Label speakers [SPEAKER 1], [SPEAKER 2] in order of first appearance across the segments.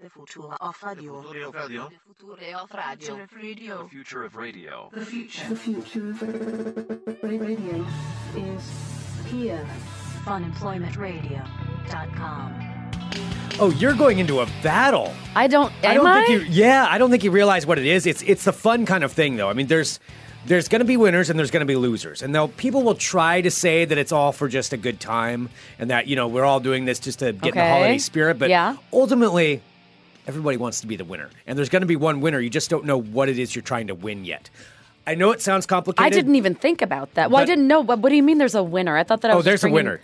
[SPEAKER 1] The future of radio.
[SPEAKER 2] Future of radio.
[SPEAKER 1] future
[SPEAKER 2] The future of
[SPEAKER 1] of radio.
[SPEAKER 2] radio.
[SPEAKER 1] The future.
[SPEAKER 3] The future of radio is here.
[SPEAKER 1] Funemploymentradio.com.
[SPEAKER 4] Oh, you're going into a battle.
[SPEAKER 5] I don't. Am I?
[SPEAKER 4] don't think you. Yeah, I don't think you realize what it is. It's it's the fun kind of thing, though. I mean, there's there's going to be winners and there's going to be losers, and though people will try to say that it's all for just a good time and that you know we're all doing this just to get in the
[SPEAKER 5] Okay.
[SPEAKER 4] holiday spirit, but
[SPEAKER 5] Yeah.
[SPEAKER 4] ultimately. Everybody wants to be the winner, and there's going to be one winner. You just don't know what it is you're trying to win yet. I know it sounds complicated.
[SPEAKER 5] I didn't even think about that. Well, I
[SPEAKER 4] But-
[SPEAKER 5] didn't know. What, what do you mean? There's a winner? I thought that. I
[SPEAKER 4] Oh,
[SPEAKER 5] was just
[SPEAKER 4] there's a
[SPEAKER 5] bringing-
[SPEAKER 4] winner.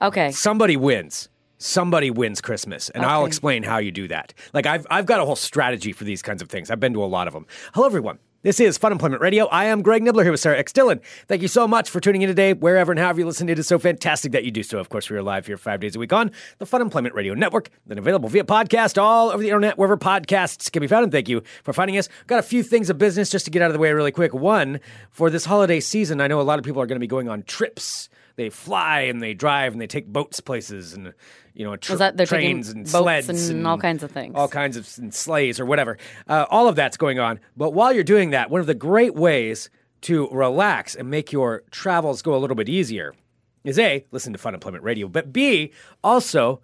[SPEAKER 5] Okay.
[SPEAKER 4] somebody wins. Somebody wins Christmas, and I'll
[SPEAKER 5] Okay.
[SPEAKER 4] explain how you do that. Like I've I've got a whole strategy for these kinds of things. I've been to a lot of them. Hello, everyone. This is Fun Employment Radio. I am Greg Nibbler here with Sarah X. Dillon. Thank you so much for tuning in today, wherever and however you listen. It is so fantastic that you do so. Of course, we are live here five days a week on the Fun Employment Radio Network, then available via podcast all over the internet, wherever podcasts can be found. And thank you for finding us. Got a few things of business just to get out of the way really quick. One, for this holiday season, I know a lot of people are going to be going on trips they fly and they drive and they take boats places and you know tr-
[SPEAKER 5] Was that they're taking
[SPEAKER 4] trains and
[SPEAKER 5] boats
[SPEAKER 4] sleds
[SPEAKER 5] and all kinds of things?
[SPEAKER 4] all kinds of s- and sleighs or whatever uh, all of that's going on but while you're doing that one of the great ways to relax and make your travels go a little bit easier is a listen to fun employment radio but b also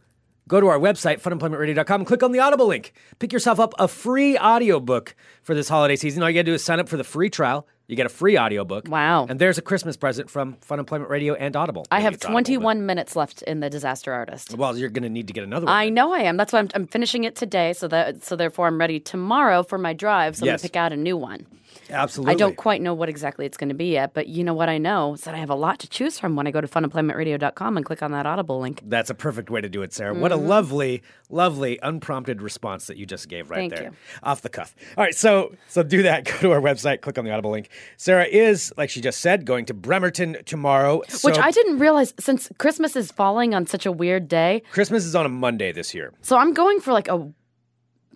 [SPEAKER 4] go to our website funemploymentradio.com and click on the audible link pick yourself up a free audiobook for this holiday season all you gotta do is sign up for the free trial you get a free audiobook
[SPEAKER 5] Wow.
[SPEAKER 4] and there's a christmas present from fun employment radio and audible
[SPEAKER 5] I
[SPEAKER 4] Maybe
[SPEAKER 5] have
[SPEAKER 4] it's Audible, but-
[SPEAKER 5] 21 minutes left in the Disaster Artist.
[SPEAKER 4] well, you're going to need to get another one.
[SPEAKER 5] I know I am. That's why I'm, I'm finishing it today. So that so therefore I'm ready tomorrow for my drive. So I'm
[SPEAKER 4] Yes.
[SPEAKER 5] gonna pick out a new one.
[SPEAKER 4] Absolutely.
[SPEAKER 5] I don't quite know what exactly it's going to be yet, but you know what I know is that I have a lot to choose from when I go to funemploymentradio.com and click on that Audible link.
[SPEAKER 4] That's a perfect way to do it, Sarah. What
[SPEAKER 5] Mm-hmm.
[SPEAKER 4] a lovely, lovely, unprompted response that you just gave right
[SPEAKER 5] Thank
[SPEAKER 4] there,
[SPEAKER 5] you.
[SPEAKER 4] off the cuff. All right, so so do that. Go to our website, click on the Audible link. Sarah is, like she just said, going to Bremerton tomorrow.
[SPEAKER 5] Which
[SPEAKER 4] so-
[SPEAKER 5] I didn't realize since Christmas is falling on such a weird day.
[SPEAKER 4] Christmas is on a Monday this year.
[SPEAKER 5] So I'm going for like a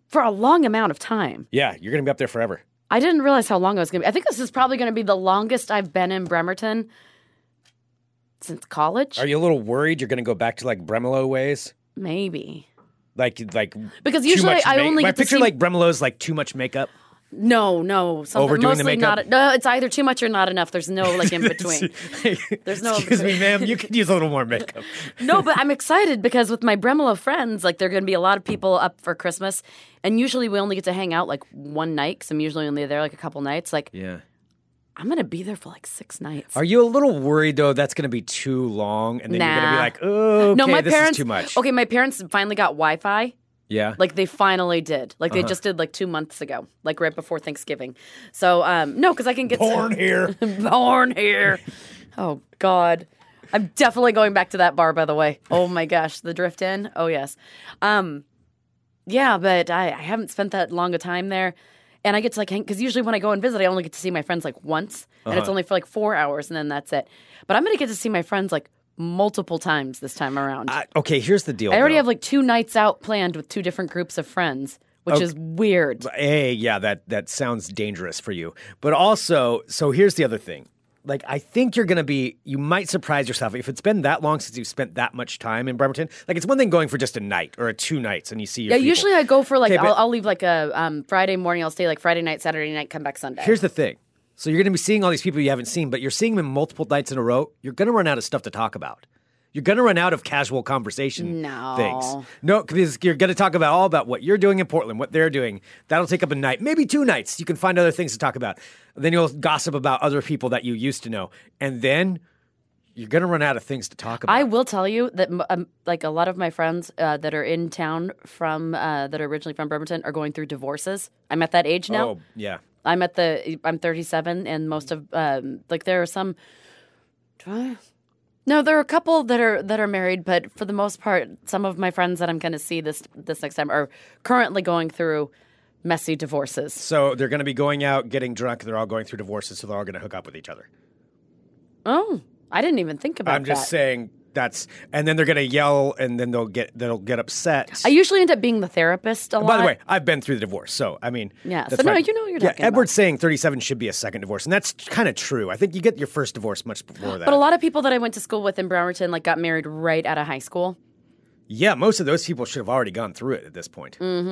[SPEAKER 5] for a long amount of time.
[SPEAKER 4] Yeah, you're going to be up there forever.
[SPEAKER 5] I didn't realize how long I was going to be. I think this is probably going to be the longest I've been in Bremerton since college.
[SPEAKER 4] Are you a little worried you're going to go back to like Bremelo ways?
[SPEAKER 5] Maybe.
[SPEAKER 4] Like like
[SPEAKER 5] Because
[SPEAKER 4] too
[SPEAKER 5] usually
[SPEAKER 4] much
[SPEAKER 5] I
[SPEAKER 4] make-
[SPEAKER 5] only
[SPEAKER 4] my
[SPEAKER 5] get to
[SPEAKER 4] picture
[SPEAKER 5] see-
[SPEAKER 4] like Bremelo's like too much makeup.
[SPEAKER 5] No, no. Something,
[SPEAKER 4] Overdoing the
[SPEAKER 5] mostly
[SPEAKER 4] makeup?
[SPEAKER 5] Not, no, it's either too much or not enough. There's no like in between. There's no-
[SPEAKER 4] Excuse me, ma'am. You could use a little more makeup.
[SPEAKER 5] no, but I'm excited because with my Bremelo friends, like there are going to be a lot of people up for Christmas, and usually we only get to hang out like one night because I'm usually only there like a couple nights. Like
[SPEAKER 4] Yeah.
[SPEAKER 5] I'm going to be there for like six nights.
[SPEAKER 4] Are you a little worried though? That's going to be too long, and then you're going to be
[SPEAKER 5] Nah.
[SPEAKER 4] like, "Oh,
[SPEAKER 5] no, my
[SPEAKER 4] this is
[SPEAKER 5] parents.
[SPEAKER 4] too much."
[SPEAKER 5] Okay, my parents finally got Wi-Fi.
[SPEAKER 4] Yeah.
[SPEAKER 5] Like they finally did. Like
[SPEAKER 4] Uh-huh.
[SPEAKER 5] they just did like two months ago. Like right before Thanksgiving. So um no, because I can get
[SPEAKER 4] Born here.
[SPEAKER 5] born here. Oh God. I'm definitely going back to that bar, by the way. Oh my gosh, the drift in. Oh yes. Um yeah, but I, I haven't spent that long a time there. And I get to like hang because usually when I go and visit, I only get to see my friends like once. And
[SPEAKER 4] Uh-huh.
[SPEAKER 5] it's only for like four hours and then that's it. But I'm gonna get to see my friends like multiple times this time around. I,
[SPEAKER 4] I, okay, here's the deal.
[SPEAKER 5] already
[SPEAKER 4] though.
[SPEAKER 5] have like two nights out planned with two different groups of friends, which is weird.
[SPEAKER 4] A, yeah, that that sounds dangerous for you. But also, so here's the other thing. Like, I think you're going to be, you might surprise yourself if it's been that long since you've spent that much time in Bremerton. Like, it's one thing going for just a night or a two nights and you see your
[SPEAKER 5] Yeah,
[SPEAKER 4] people.
[SPEAKER 5] usually I go for like
[SPEAKER 4] Okay, but-
[SPEAKER 5] I'll, I'll leave like a um, Friday morning. I'll stay like Friday night, Saturday night, come back Sunday.
[SPEAKER 4] Here's the thing. So you're going to be seeing all these people you haven't seen, but you're seeing them multiple nights in a row. You're going to run out of stuff to talk about. You're going to run out of casual conversation
[SPEAKER 5] No.
[SPEAKER 4] things. No, because you're going to talk about all about what you're doing in Portland, what they're doing. That'll take up a night, maybe two nights. You can find other things to talk about. Then you'll gossip about other people that you used to know, and then you're going to run out of things to talk about.
[SPEAKER 5] I will tell you that m- um, like a lot of my friends uh, that are in town from uh, that are originally from Bremerton are going through divorces. I'm at that age now.
[SPEAKER 4] Oh yeah.
[SPEAKER 5] I'm at the I'm 37, and most of um, like there are some. do I- No, there are a couple that are that are married, but for the most part, some of my friends that I'm going to see this this next time are currently going through messy divorces.
[SPEAKER 4] So they're going to be going out, getting drunk. They're all going through divorces, so they're all going to hook up with each other.
[SPEAKER 5] Oh, I didn't even think about.
[SPEAKER 4] I'm just
[SPEAKER 5] that.
[SPEAKER 4] saying that's, and then they're gonna yell, and then they'll get they'll get upset.
[SPEAKER 5] I usually end up being the therapist a lot.
[SPEAKER 4] By the way, I've been through the divorce, so I mean,
[SPEAKER 5] Yeah,
[SPEAKER 4] that's
[SPEAKER 5] so no,
[SPEAKER 4] why-
[SPEAKER 5] you know what you're
[SPEAKER 4] yeah,
[SPEAKER 5] talking about.
[SPEAKER 4] Edward's saying 37 should be a second divorce, and that's kind of true. I think you get your first divorce much before that.
[SPEAKER 5] But a lot of people that I went to school with in Bremerton like got married right out of high school.
[SPEAKER 4] Yeah, most of those people should have already gone through it at this point.
[SPEAKER 5] No,
[SPEAKER 4] you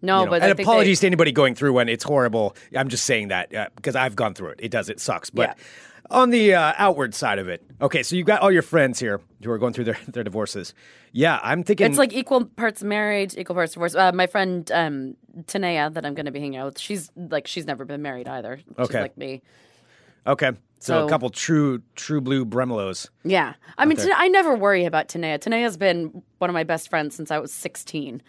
[SPEAKER 4] know?
[SPEAKER 5] Mm, oh, but
[SPEAKER 4] and
[SPEAKER 5] I think they-
[SPEAKER 4] apologies to anybody going through one. It's horrible. I'm just saying that uh, because I've gone through it. It does. It sucks. But
[SPEAKER 5] Yeah.
[SPEAKER 4] on the uh, outward side of it, okay. So you've got all your friends here who are going through their, their divorces. Yeah, I'm thinking
[SPEAKER 5] It's like equal parts marriage, equal parts divorce. Uh, my friend um, Tanea that I'm going to be hanging out with, she's like she's never been married either. She's
[SPEAKER 4] Okay.
[SPEAKER 5] like me.
[SPEAKER 4] okay. So,
[SPEAKER 5] so-
[SPEAKER 4] a couple true true blue Bremelos.
[SPEAKER 5] Yeah, I mean, Tane- I never worry about Tanea. Tanea's been one of my best friends since I was 16.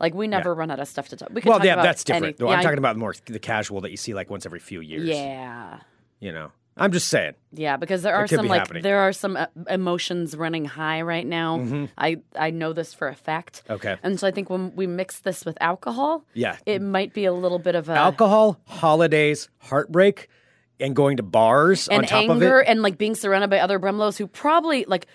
[SPEAKER 5] Like we never run out of stuff to talk. We can
[SPEAKER 4] Well,
[SPEAKER 5] talk
[SPEAKER 4] yeah,
[SPEAKER 5] about
[SPEAKER 4] that's different.
[SPEAKER 5] any-
[SPEAKER 4] though.
[SPEAKER 5] yeah,
[SPEAKER 4] I'm
[SPEAKER 5] I-
[SPEAKER 4] talking about more the casual that you see like once every few years.
[SPEAKER 5] Yeah,
[SPEAKER 4] You know, I'm just saying.
[SPEAKER 5] yeah, because there are
[SPEAKER 4] could
[SPEAKER 5] some
[SPEAKER 4] be
[SPEAKER 5] like
[SPEAKER 4] happening.
[SPEAKER 5] there are some uh, emotions running high right now. I I know this for a fact.
[SPEAKER 4] Mm-hmm. Okay.
[SPEAKER 5] and so I think when we mix this with alcohol,
[SPEAKER 4] Yeah.
[SPEAKER 5] it might be a little bit of a
[SPEAKER 4] Alcohol, holidays, heartbreak, and going to bars on
[SPEAKER 5] and
[SPEAKER 4] top of
[SPEAKER 5] anger
[SPEAKER 4] it.
[SPEAKER 5] and like being surrounded by other Bremlos who probably like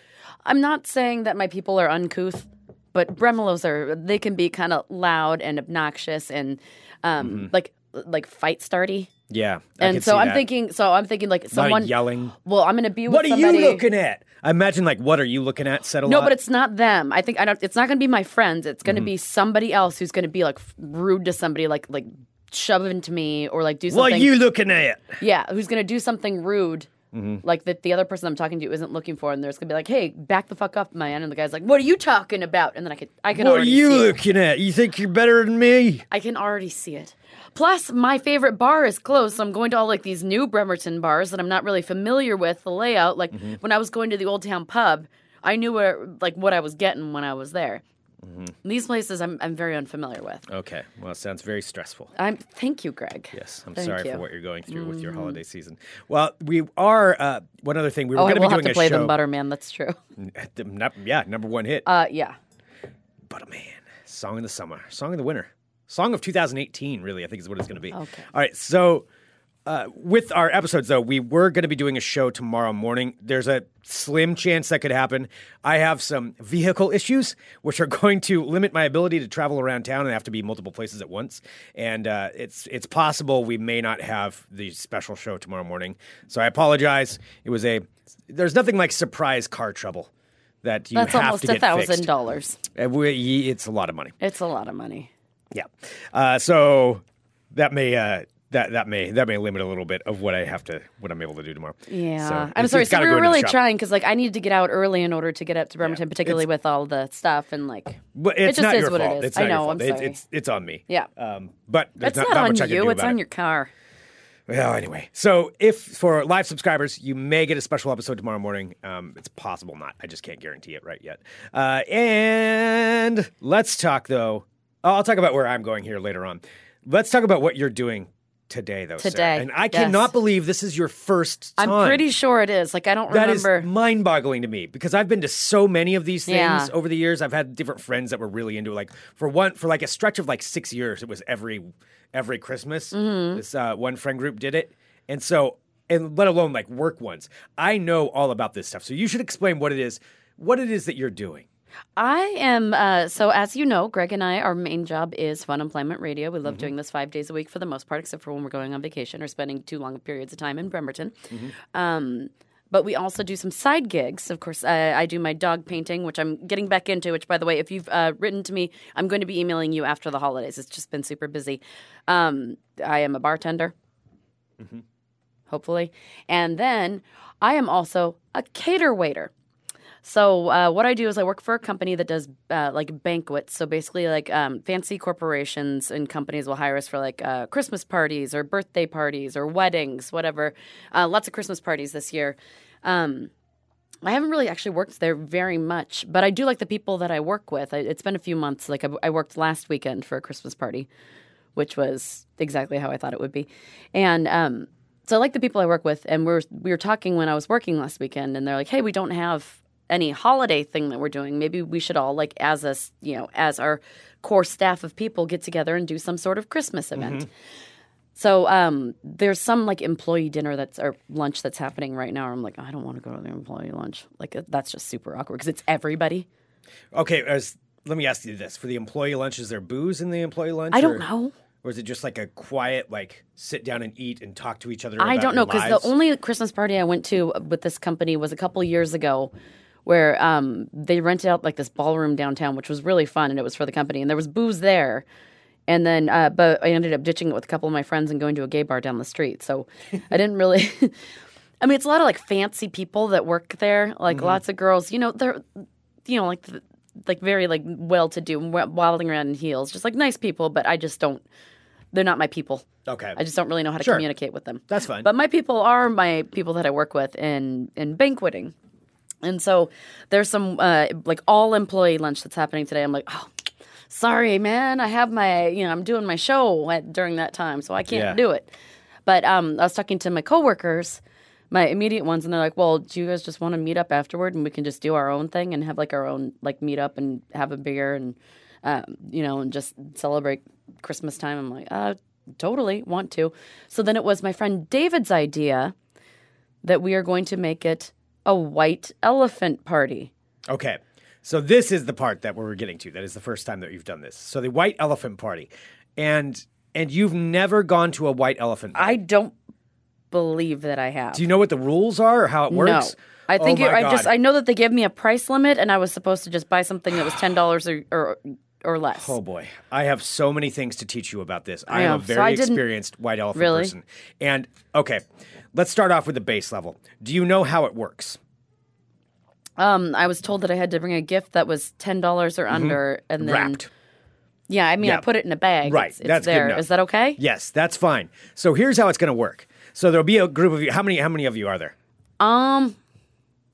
[SPEAKER 5] I'm not saying that my people are uncouth, but Bremlos are they can be kind of loud and obnoxious and um like like fight starty.
[SPEAKER 4] Yeah, Mm-hmm. I
[SPEAKER 5] And
[SPEAKER 4] could
[SPEAKER 5] so
[SPEAKER 4] see
[SPEAKER 5] I'm
[SPEAKER 4] that.
[SPEAKER 5] thinking so I'm thinking like
[SPEAKER 4] A lot of
[SPEAKER 5] someone
[SPEAKER 4] yelling.
[SPEAKER 5] Well, I'm going to be with
[SPEAKER 4] What are
[SPEAKER 5] somebody.
[SPEAKER 4] you looking at? I imagine like what are you looking at? Said a
[SPEAKER 5] No,
[SPEAKER 4] lot. Mm-hmm.
[SPEAKER 5] but it's not them. I think I don't. It's not going to be my friends. It's going to be somebody else who's going to be like f- rude to somebody, like like shove into me or like do
[SPEAKER 4] what
[SPEAKER 5] something.
[SPEAKER 4] are you looking at?
[SPEAKER 5] Yeah, who's gonna do something rude,
[SPEAKER 4] Mm-hmm.
[SPEAKER 5] like that the other person I'm talking to isn't looking for, and there's gonna be like, "Hey, back the fuck up, man!" And the guy's like, "What are you talking about?" And then I could, I can
[SPEAKER 4] What are
[SPEAKER 5] already
[SPEAKER 4] you
[SPEAKER 5] see it.
[SPEAKER 4] looking at? You think you're better than me?
[SPEAKER 5] I can already see it. Plus, my favorite bar is closed, so I'm going to all like these new Bremerton bars that I'm not really familiar with the layout. Like
[SPEAKER 4] Mm-hmm.
[SPEAKER 5] when I was going to the Old Town Pub, I knew where like what I was getting when I was there.
[SPEAKER 4] Mm-hmm.
[SPEAKER 5] These places I'm I'm very unfamiliar with.
[SPEAKER 4] Okay, well, it sounds very stressful.
[SPEAKER 5] I'm thank you, Greg.
[SPEAKER 4] Yes, I'm
[SPEAKER 5] Thank
[SPEAKER 4] sorry
[SPEAKER 5] you. Mm.
[SPEAKER 4] for what you're going through with your holiday season. Well, we are uh, one other thing. We were
[SPEAKER 5] Oh, I
[SPEAKER 4] going
[SPEAKER 5] will
[SPEAKER 4] be
[SPEAKER 5] have
[SPEAKER 4] doing
[SPEAKER 5] to
[SPEAKER 4] a
[SPEAKER 5] play
[SPEAKER 4] show.
[SPEAKER 5] them, Butterman. That's true.
[SPEAKER 4] Num- yeah, number one hit.
[SPEAKER 5] Uh, yeah.
[SPEAKER 4] But man, song of the summer, song of the winter, song of 2018. Really, I think is what it's going to be.
[SPEAKER 5] Okay.
[SPEAKER 4] All right. So, uh, with our episodes though, we were going to be doing a show tomorrow morning. There's a slim chance that could happen. I have some vehicle issues, which are going to limit my ability to travel around town and have to be multiple places at once. And uh, it's it's possible we may not have the special show tomorrow morning. So I apologize. It was a there's nothing like surprise car trouble. That you
[SPEAKER 5] That's
[SPEAKER 4] have
[SPEAKER 5] almost
[SPEAKER 4] to
[SPEAKER 5] a
[SPEAKER 4] get fixed.
[SPEAKER 5] thousand dollars.
[SPEAKER 4] And we, ye- it's a lot of money.
[SPEAKER 5] It's a lot of money.
[SPEAKER 4] Yeah. Uh, so that may uh, that that may that may limit a little bit of what I have to what I'm able to do tomorrow.
[SPEAKER 5] Yeah,
[SPEAKER 4] So
[SPEAKER 5] I'm
[SPEAKER 4] it's-
[SPEAKER 5] sorry.
[SPEAKER 4] it's
[SPEAKER 5] So
[SPEAKER 4] gotta
[SPEAKER 5] we
[SPEAKER 4] go
[SPEAKER 5] were
[SPEAKER 4] into the
[SPEAKER 5] really
[SPEAKER 4] shop.
[SPEAKER 5] trying because like I needed to get out early in order to get up to Bremerton, particularly with all the stuff and like.
[SPEAKER 4] But it's
[SPEAKER 5] it just
[SPEAKER 4] not
[SPEAKER 5] is
[SPEAKER 4] your
[SPEAKER 5] what
[SPEAKER 4] fault.
[SPEAKER 5] it is.
[SPEAKER 4] It's
[SPEAKER 5] I
[SPEAKER 4] not your
[SPEAKER 5] know,
[SPEAKER 4] fault.
[SPEAKER 5] I'm
[SPEAKER 4] It's-
[SPEAKER 5] sorry.
[SPEAKER 4] It's it's on me.
[SPEAKER 5] Yeah.
[SPEAKER 4] Um, but there's
[SPEAKER 5] it's
[SPEAKER 4] not,
[SPEAKER 5] not,
[SPEAKER 4] not
[SPEAKER 5] on
[SPEAKER 4] much I can do
[SPEAKER 5] you. It's
[SPEAKER 4] about
[SPEAKER 5] on
[SPEAKER 4] it.
[SPEAKER 5] your car.
[SPEAKER 4] Well, anyway, so if for live subscribers, you may get a special episode tomorrow morning. Um, it's possible not. I just can't guarantee it right yet. Uh, and let's talk though. oh, I'll talk about where I'm going here later on. Let's talk about what you're doing today, though. Sarah.
[SPEAKER 5] Today,
[SPEAKER 4] and I
[SPEAKER 5] yes.
[SPEAKER 4] cannot believe this is your first time.
[SPEAKER 5] I'm pretty sure it is. Like I don't
[SPEAKER 4] That is
[SPEAKER 5] remember.
[SPEAKER 4] mind-boggling to me because I've been to so many of these things
[SPEAKER 5] Yeah.
[SPEAKER 4] over the years. I've had different friends that were really into it. Like for one, for like a stretch of like six years, it was every every Christmas.
[SPEAKER 5] Mm-hmm.
[SPEAKER 4] This uh, one friend group did it, and so and let alone like work ones. I know all about this stuff, so you should explain what it is, what it is that you're doing.
[SPEAKER 5] I am, uh, so as you know, Greg and I, our main job is Fun Employment Radio. We love doing this five days a week for the most part, except for when we're going on vacation or spending too long periods of time in Bremerton. Um, but we also do some side gigs. Of course, I, I do my dog painting, which I'm getting back into, which, by the way, if you've uh, written to me, I'm going to be emailing you after the holidays. It's just been super busy. Um, I am a bartender hopefully. And then I am also a cater waiter. So uh, what I do is I work for a company that does uh, like banquets. So basically, like um, fancy corporations and companies will hire us for like uh, Christmas parties or birthday parties or weddings, whatever. Uh, lots of Christmas parties this year. Um, I haven't really actually worked there very much, but I do like the people that I work with. I, it's been a few months. Like I, I worked last weekend for a Christmas party, which was exactly how I thought it would be, and um, so I like the people I work with. And we were we were talking when I was working last weekend, and they're like, "Hey, we don't have any holiday thing that we're doing. Maybe we should all like as us, you know, as our core staff of people get together and do some sort of Christmas event." So um, there's some like employee dinner that's or lunch that's happening right now. I'm like, I don't want to go to the employee lunch. Like uh, that's just super awkward because it's everybody.
[SPEAKER 4] Okay, as, let me ask you this: for the employee lunch, is there booze in the employee lunch?
[SPEAKER 5] I don't
[SPEAKER 4] or-
[SPEAKER 5] know.
[SPEAKER 4] Or is it just like a quiet, like sit down and eat and talk to each other?
[SPEAKER 5] I
[SPEAKER 4] about your
[SPEAKER 5] don't know because the
[SPEAKER 4] lives?
[SPEAKER 5] only Christmas party I went to with this company was a couple years ago, where um, they rented out like this ballroom downtown, which was really fun, and it was for the company, and there was booze there. And then, uh, but I ended up ditching it with a couple of my friends and going to a gay bar down the street. So I didn't really. I mean, it's a lot of like fancy people that work there, like
[SPEAKER 4] Mm-hmm.
[SPEAKER 5] lots of girls. You know, they're, you know, like the, like very like well-to-do, wa- waddling around in heels, just like nice people. But I just don't. They're not my people.
[SPEAKER 4] Okay.
[SPEAKER 5] I just don't really know how to
[SPEAKER 4] Sure.
[SPEAKER 5] communicate with them.
[SPEAKER 4] That's fine.
[SPEAKER 5] But my people are my people that I work with in in banqueting, and so there's some uh, like all employee lunch that's happening today. I'm like, oh, sorry, man, I have my you know I'm doing my show at, during that time, so I can't
[SPEAKER 4] Yeah.
[SPEAKER 5] do it. But um, I was talking to my coworkers. My immediate ones, and they're like, "Well, do you guys just want to meet up afterward, and we can just do our own thing and have like our own like meet up and have a beer and um, you know, and just celebrate Christmas time. I'm like, uh, totally want to. So then it was my friend David's idea that we are going to make it a white elephant party.
[SPEAKER 4] Okay. So this is the part that we're getting to. That is the first time that you've done this. So the white elephant party. And and you've never gone to a white elephant party.
[SPEAKER 5] I don't believe that I have.
[SPEAKER 4] Do you know what the rules are or how it works?
[SPEAKER 5] No. I think
[SPEAKER 4] oh
[SPEAKER 5] it,
[SPEAKER 4] my
[SPEAKER 5] I just
[SPEAKER 4] God.
[SPEAKER 5] I know that they gave me a price limit and I was supposed to just buy something that was ten dollars or, or or less.
[SPEAKER 4] Oh boy, I have so many things to teach you about this. I,
[SPEAKER 5] I
[SPEAKER 4] am
[SPEAKER 5] know.
[SPEAKER 4] a
[SPEAKER 5] So
[SPEAKER 4] very
[SPEAKER 5] I didn't-
[SPEAKER 4] experienced white elephant
[SPEAKER 5] Really?
[SPEAKER 4] person. And okay, let's start off with the base level. Do you know how it works?
[SPEAKER 5] Um, I was told that I had to bring a gift that was ten dollars or under, and then
[SPEAKER 4] Mm-hmm. Wrapped.
[SPEAKER 5] yeah, I mean
[SPEAKER 4] Yeah.
[SPEAKER 5] I put it in a bag.
[SPEAKER 4] Right.
[SPEAKER 5] It's, it's
[SPEAKER 4] That's good
[SPEAKER 5] there.
[SPEAKER 4] enough.
[SPEAKER 5] Is that okay?
[SPEAKER 4] Yes, that's fine. So here's how it's going to work. So there'll be a group of you. How many? How many of you are there?
[SPEAKER 5] Um,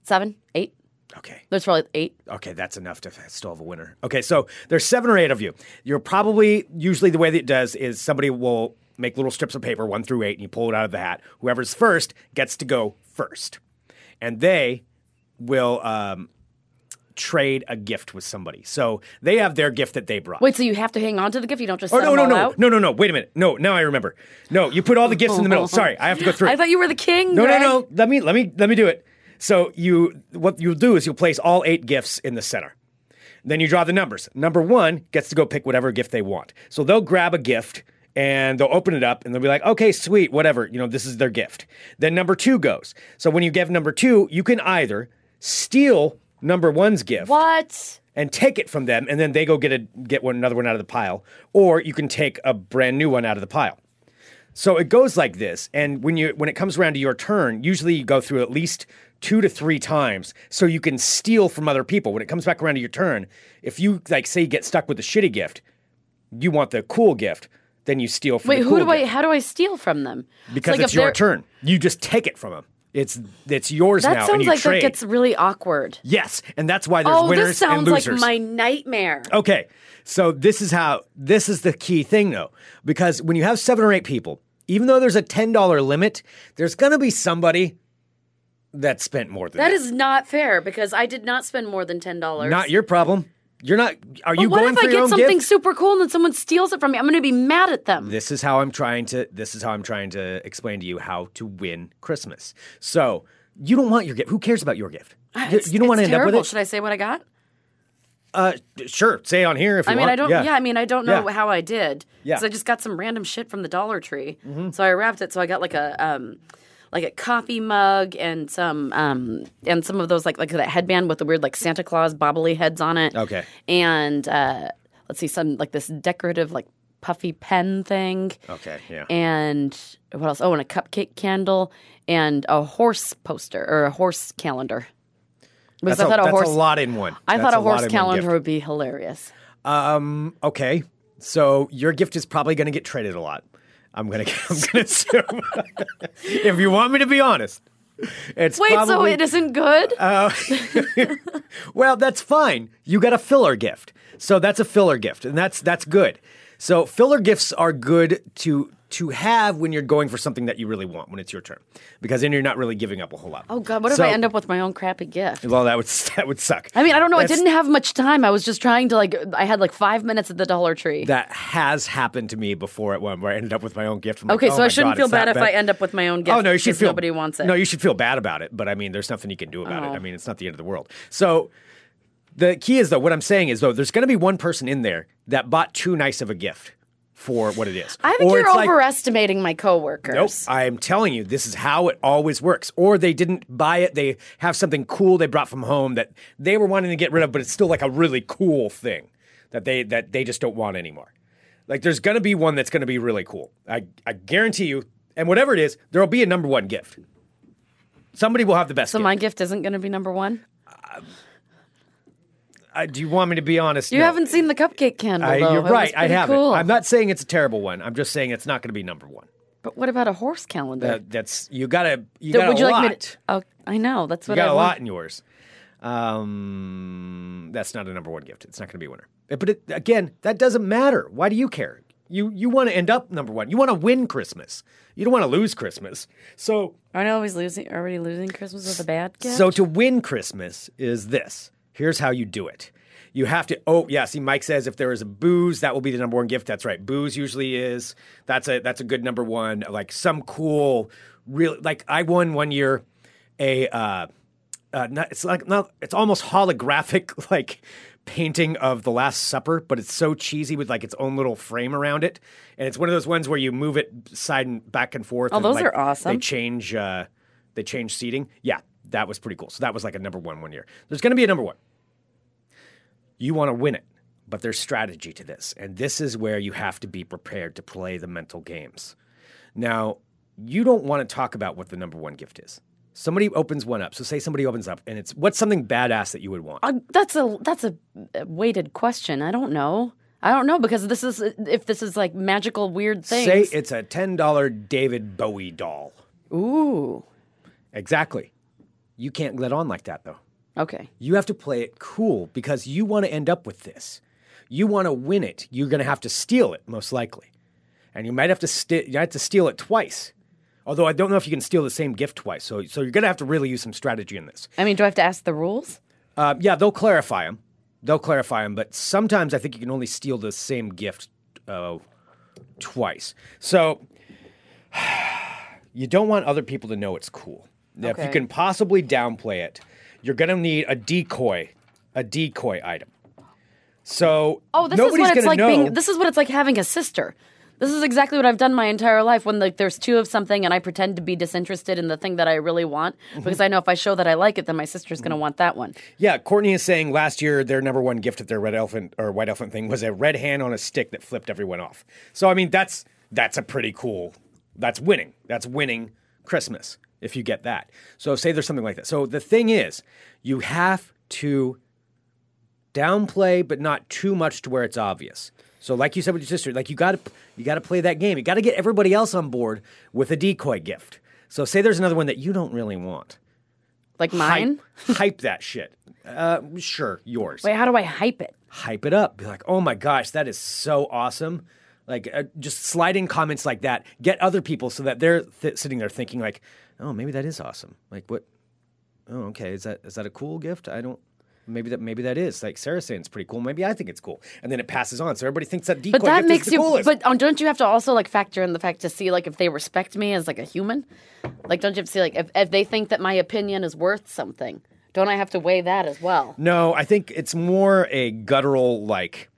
[SPEAKER 5] seven, eight.
[SPEAKER 4] Okay.
[SPEAKER 5] There's probably eight.
[SPEAKER 4] Okay, that's enough to still have a winner. Okay, so there's seven or eight of you. You're probably usually the way that it does is somebody will make little strips of paper, one through eight, and you pull it out of the hat. Whoever's first gets to go first, and they will um, trade a gift with somebody. So they have their gift that they brought.
[SPEAKER 5] Wait, so you have to hang on to the gift? You don't just
[SPEAKER 4] Oh
[SPEAKER 5] set
[SPEAKER 4] no
[SPEAKER 5] them
[SPEAKER 4] no
[SPEAKER 5] all
[SPEAKER 4] no
[SPEAKER 5] out?
[SPEAKER 4] no no no! Wait a minute! No, now I remember. No, you put all the gifts in the middle. Sorry, I have to go through.
[SPEAKER 5] I thought you were the king.
[SPEAKER 4] No, no,
[SPEAKER 5] Greg.
[SPEAKER 4] no. Let me let me let me do it. So you what you'll do is you'll place all eight gifts in the center. Then you draw the numbers. Number one gets to go pick whatever gift they want. So they'll grab a gift and they'll open it up and they'll be like, okay, sweet, whatever. You know, this is their gift. Then number two goes. So when you give number two, you can either steal number one's gift
[SPEAKER 5] What?
[SPEAKER 4] and take it from them, and then they go get a get one another one out of the pile, or you can take a brand new one out of the pile. So it goes like this, and when you when it comes around to your turn, usually you go through at least two to three times, so you can steal from other people. When it comes back around to your turn, if you like say you get stuck with the shitty gift, you want the cool gift, then you steal from.
[SPEAKER 5] Wait,
[SPEAKER 4] the
[SPEAKER 5] who
[SPEAKER 4] cool
[SPEAKER 5] do I?
[SPEAKER 4] gift.
[SPEAKER 5] How do I steal from them?
[SPEAKER 4] Because
[SPEAKER 5] like
[SPEAKER 4] it's
[SPEAKER 5] if
[SPEAKER 4] your
[SPEAKER 5] they're-
[SPEAKER 4] turn, you just take it from them. It's it's yours
[SPEAKER 5] That
[SPEAKER 4] now, and
[SPEAKER 5] sounds
[SPEAKER 4] you
[SPEAKER 5] like
[SPEAKER 4] trade.
[SPEAKER 5] that gets really awkward.
[SPEAKER 4] yes, and that's why there's
[SPEAKER 5] Oh,
[SPEAKER 4] winners
[SPEAKER 5] this
[SPEAKER 4] and
[SPEAKER 5] sounds like
[SPEAKER 4] losers.
[SPEAKER 5] my nightmare.
[SPEAKER 4] Okay. So this is how this is the key thing though, because when you have seven or eight people, even though there's a ten dollar limit, there's gonna be somebody that spent more than
[SPEAKER 5] That is not fair because I did not spend more than ten dollars.
[SPEAKER 4] not your problem. You're not are
[SPEAKER 5] But
[SPEAKER 4] you
[SPEAKER 5] what
[SPEAKER 4] going
[SPEAKER 5] if
[SPEAKER 4] for
[SPEAKER 5] I
[SPEAKER 4] your
[SPEAKER 5] get
[SPEAKER 4] own
[SPEAKER 5] something
[SPEAKER 4] gift?
[SPEAKER 5] super cool and then someone steals it from me? I'm going to be mad at them.
[SPEAKER 4] This is how I'm trying to this is how I'm trying to explain to you how to win Christmas. So you don't want your gift. Who cares about your gift? You-
[SPEAKER 5] Ah, It's-
[SPEAKER 4] you don't want to
[SPEAKER 5] it's
[SPEAKER 4] end
[SPEAKER 5] terrible.
[SPEAKER 4] up with it.
[SPEAKER 5] Should I say what I got?
[SPEAKER 4] Uh, sure, say it on here if you
[SPEAKER 5] I mean,
[SPEAKER 4] want.
[SPEAKER 5] I don't. Yeah. I mean, I don't know
[SPEAKER 4] Yeah.
[SPEAKER 5] how I did.
[SPEAKER 4] Yeah. Mm-hmm.
[SPEAKER 5] 'Cause I just got some random shit from the Dollar Tree. So I wrapped it. So I got like a um, like a coffee mug and some um, and some of those like like that headband with the weird like Santa Claus bobbly heads on it.
[SPEAKER 4] Okay.
[SPEAKER 5] And uh, let's see, some like this decorative like puffy pen thing.
[SPEAKER 4] Okay, yeah.
[SPEAKER 5] And what else? Oh, and a cupcake candle and a horse poster or a horse calendar. Because
[SPEAKER 4] that's
[SPEAKER 5] I
[SPEAKER 4] a,
[SPEAKER 5] thought a
[SPEAKER 4] that's
[SPEAKER 5] horse.
[SPEAKER 4] a lot in one.
[SPEAKER 5] I
[SPEAKER 4] That's
[SPEAKER 5] thought a,
[SPEAKER 4] lot
[SPEAKER 5] horse
[SPEAKER 4] in one gift.
[SPEAKER 5] calendar would be hilarious.
[SPEAKER 4] Um, okay. So your gift is probably going to get traded a lot. I'm going to I'm going to assume. if you want me to be honest. It's
[SPEAKER 5] Wait, so
[SPEAKER 4] probably- Uh,
[SPEAKER 5] it isn't good?
[SPEAKER 4] Well, that's fine. You got a filler gift. So that's a filler gift and that's that's good. So filler gifts are good to to have when you're going for something that you really want when it's your turn because then you're not really giving up a whole lot.
[SPEAKER 5] oh God, what if I end up with my own crappy gift?
[SPEAKER 4] Well, that would that would suck.
[SPEAKER 5] I mean, I don't know. I
[SPEAKER 4] That's-
[SPEAKER 5] didn't have much time. I was just trying to like. I had like five minutes at the Dollar Tree.
[SPEAKER 4] that has happened to me before at one where I ended up with my own gift. I'm like,
[SPEAKER 5] okay,
[SPEAKER 4] "Oh
[SPEAKER 5] so I
[SPEAKER 4] my
[SPEAKER 5] shouldn't
[SPEAKER 4] God,
[SPEAKER 5] feel
[SPEAKER 4] it's that
[SPEAKER 5] bad if I end up with my own gift.
[SPEAKER 4] Oh no, you should
[SPEAKER 5] 'cause
[SPEAKER 4] feel
[SPEAKER 5] nobody wants it.
[SPEAKER 4] No, you should feel bad about it. But I mean, there's nothing you can do about
[SPEAKER 5] Oh.
[SPEAKER 4] it. I mean, it's not the end of the world. So the key is though, what I'm saying is though, there's going to be one person in there that bought too nice of a gift for what it is.
[SPEAKER 5] I think
[SPEAKER 4] Or
[SPEAKER 5] you're
[SPEAKER 4] it's like-
[SPEAKER 5] overestimating my
[SPEAKER 4] Nope.
[SPEAKER 5] coworkers.
[SPEAKER 4] I am telling you, this is how it always works. Or they didn't buy it. They have something cool they brought from home that they were wanting to get rid of, but it's still like a really cool thing that they that they just don't want anymore. Like there's gonna be one that's gonna be really cool. I, I guarantee you. And whatever it is, there'll be a number one gift. Somebody will have the best.
[SPEAKER 5] So
[SPEAKER 4] gift.
[SPEAKER 5] my gift isn't going to be number one.
[SPEAKER 4] I- do you want me to be honest?
[SPEAKER 5] You
[SPEAKER 4] No.
[SPEAKER 5] haven't seen the cupcake candle,
[SPEAKER 4] I,
[SPEAKER 5] though.
[SPEAKER 4] you're
[SPEAKER 5] It was
[SPEAKER 4] right. I
[SPEAKER 5] pretty
[SPEAKER 4] have
[SPEAKER 5] cool.
[SPEAKER 4] it. I'm not saying it's a terrible one. I'm just saying it's not going to be number one.
[SPEAKER 5] But what about a horse calendar?
[SPEAKER 4] That, that's you got to you
[SPEAKER 5] Th-
[SPEAKER 4] got
[SPEAKER 5] would
[SPEAKER 4] a
[SPEAKER 5] you
[SPEAKER 4] lot.
[SPEAKER 5] like me to? Oh, I know. That's
[SPEAKER 4] You
[SPEAKER 5] what
[SPEAKER 4] got
[SPEAKER 5] I
[SPEAKER 4] a
[SPEAKER 5] want.
[SPEAKER 4] lot in yours. Um, that's not a number one gift. It's not going to be a winner. Eh, But it, again, that doesn't matter. Why do you care? You you want to end up number one. You want to win Christmas. You don't want to lose Christmas. So
[SPEAKER 5] Aren't I always losing? Already losing Christmas with a bad gift.
[SPEAKER 4] so to win Christmas is this. Here's how you do it. You have to. Oh yeah. See, Mike says if there is a booze, that will be the number one gift. That's right. Booze usually is. That's a that's a good number one. Like some cool, real. Like I won one year, a. Uh, uh, not, it's like not, it's almost holographic like painting of the last supper but it's so cheesy with like its own little frame around it and it's one of those ones where you move it side and back and forth oh
[SPEAKER 5] those are awesome.
[SPEAKER 4] they change uh, they change seating yeah that was pretty cool so that was like a number one one year there's going to be a number one you want to win it but there's strategy to this and this is where you have to be prepared to play the mental games now, you don't want to talk about what the number one gift is. Somebody opens one up. So say somebody opens up and it's what's something badass that you would want?
[SPEAKER 5] Uh, that's a that's a a weighted question. I don't know. I don't know because this is if this is like magical weird
[SPEAKER 4] Say
[SPEAKER 5] things.
[SPEAKER 4] it's a $10 David Bowie doll.
[SPEAKER 5] Ooh.
[SPEAKER 4] Exactly. You can't let on like that though.
[SPEAKER 5] Okay.
[SPEAKER 4] You have to play it cool because you want to end up with this. You want to win it. You're going to have to steal it most likely. And you might have to sti- you have to steal it twice. Although I don't know if you can steal the same gift twice. So so you're going to have to really use some strategy in this.
[SPEAKER 5] I mean, do I have to ask the rules?
[SPEAKER 4] Uh, yeah, they'll clarify them. They'll clarify them, but sometimes I think you can only steal the same gift uh, twice. So you don't want other people to know it's cool. Now, If you
[SPEAKER 5] Okay.
[SPEAKER 4] can possibly downplay it, you're going to need a decoy, a decoy item. So
[SPEAKER 5] Oh, this
[SPEAKER 4] nobody's
[SPEAKER 5] is what it's
[SPEAKER 4] gonna
[SPEAKER 5] like
[SPEAKER 4] know.
[SPEAKER 5] being. This is what it's like having a sister. This is exactly what I've done my entire life. When like there's two of something, and I pretend to be disinterested in the thing that I really want
[SPEAKER 4] Mm-hmm.
[SPEAKER 5] because I know if I show that I like it, then my sister's going to want that one.
[SPEAKER 4] Yeah, Courtney is saying last year their number one gift at their red elephant or white elephant thing was a red hand on a stick that flipped everyone off. So I mean that's that's a pretty cool that's winning. That's winning Christmas if you get that. So say there's something like that. So the thing is, you have to downplay but not too much to where it's obvious. So like you said with your sister, like you got to you got to play that game. You got to get everybody else on board with a decoy gift. So say there's another one that you don't really want
[SPEAKER 5] Like mine.
[SPEAKER 4] hype, hype that shit. Uh, sure, yours.
[SPEAKER 5] Wait, how do I hype it?
[SPEAKER 4] Hype it up. Be like, oh my gosh, that is so awesome. Like, uh, just slide in comments like that. Get other people so that they're th- sitting there thinking like, oh, maybe that is awesome. Like, what? Oh, okay. Is that is that a cool gift? I don't. Maybe that maybe that is like Sarah's saying it's pretty cool. Maybe I think it's cool, and then it passes on. So everybody thinks that decoy
[SPEAKER 5] But that
[SPEAKER 4] gift
[SPEAKER 5] makes
[SPEAKER 4] is the
[SPEAKER 5] you.
[SPEAKER 4] coolest.
[SPEAKER 5] But um, don't you have to also like factor in the fact to see like if they respect me as like a human? Like, don't you have to see like if, if they think that my opinion is worth something? Don't I have to weigh that as well?
[SPEAKER 4] No, I think it's more a guttural like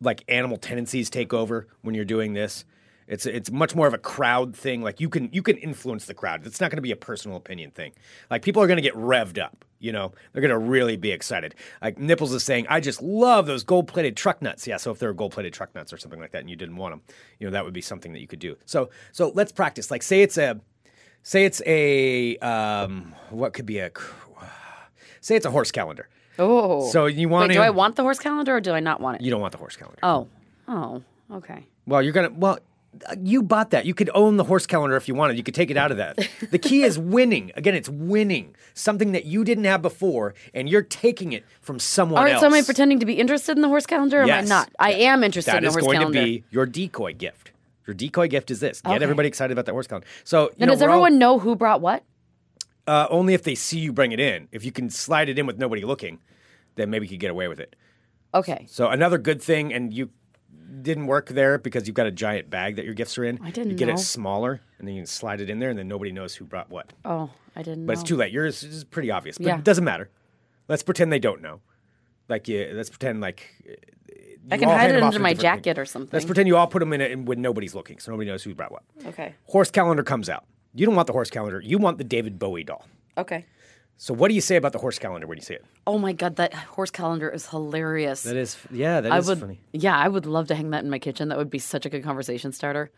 [SPEAKER 4] like animal tendencies take over when you're doing this. It's it's much more of a crowd thing. Like you can you can influence the crowd. It's not going to be a personal opinion thing. Like people are going to get revved up. You know, they're going to really be excited. Like Nipples is saying, I just love those gold plated truck nuts. Yeah, so if they're gold plated truck nuts or something like that, and you didn't want them, you know, that would be something that you could do. So so let's practice. Like say it's a say it's a um what could be a cr- say it's a horse calendar.
[SPEAKER 5] Oh,
[SPEAKER 4] So you want
[SPEAKER 5] Wait, do
[SPEAKER 4] to-
[SPEAKER 5] I want the horse calendar or do I not want it?
[SPEAKER 4] You don't want the horse calendar.
[SPEAKER 5] Oh, oh, okay.
[SPEAKER 4] Well, you're gonna. Well, uh, you bought that. You could own the horse calendar if you wanted. You could take it out of that. the key is winning. Again, it's winning something that you didn't have before, and you're taking it from someone
[SPEAKER 5] All right,
[SPEAKER 4] else.
[SPEAKER 5] so am I pretending to be interested in the horse calendar or am
[SPEAKER 4] Yes.
[SPEAKER 5] I not? I am interested
[SPEAKER 4] That
[SPEAKER 5] in the
[SPEAKER 4] is
[SPEAKER 5] horse
[SPEAKER 4] going
[SPEAKER 5] calendar.
[SPEAKER 4] to be your decoy gift. Your decoy gift is this. Get
[SPEAKER 5] Okay.
[SPEAKER 4] everybody excited about that horse calendar. So you
[SPEAKER 5] now,
[SPEAKER 4] know,
[SPEAKER 5] does
[SPEAKER 4] we're all-
[SPEAKER 5] everyone know who brought what?
[SPEAKER 4] uh, only if they see you bring it in. If you can slide it in with nobody looking, then maybe you could get away with it.
[SPEAKER 5] Okay.
[SPEAKER 4] So another good thing, and you didn't work there because you've got a giant bag that your gifts are in.
[SPEAKER 5] I didn't
[SPEAKER 4] You get
[SPEAKER 5] know.
[SPEAKER 4] it smaller, and then you can slide it in there, and then nobody knows who brought what.
[SPEAKER 5] Oh, I didn't
[SPEAKER 4] But
[SPEAKER 5] know.
[SPEAKER 4] it's too late. Yours is pretty obvious, but
[SPEAKER 5] Yeah.
[SPEAKER 4] it doesn't matter. Let's pretend they don't know. Like you, let's pretend like uh,
[SPEAKER 5] I
[SPEAKER 4] you
[SPEAKER 5] can
[SPEAKER 4] all
[SPEAKER 5] hide
[SPEAKER 4] hand
[SPEAKER 5] it
[SPEAKER 4] them off
[SPEAKER 5] under
[SPEAKER 4] to
[SPEAKER 5] my
[SPEAKER 4] different
[SPEAKER 5] jacket or something.
[SPEAKER 4] Let's pretend you all put them in it and when nobody's looking, so nobody knows who brought what.
[SPEAKER 5] Okay.
[SPEAKER 4] Horse calendar comes out. You don't want the horse calendar. You want the David Bowie doll.
[SPEAKER 5] Okay.
[SPEAKER 4] So what do you say about the horse calendar when you see it?
[SPEAKER 5] Oh my god, that horse calendar is hilarious.
[SPEAKER 4] That is, yeah, that is
[SPEAKER 5] I would, yeah, I would love to hang that in my kitchen. That would be such a good conversation starter.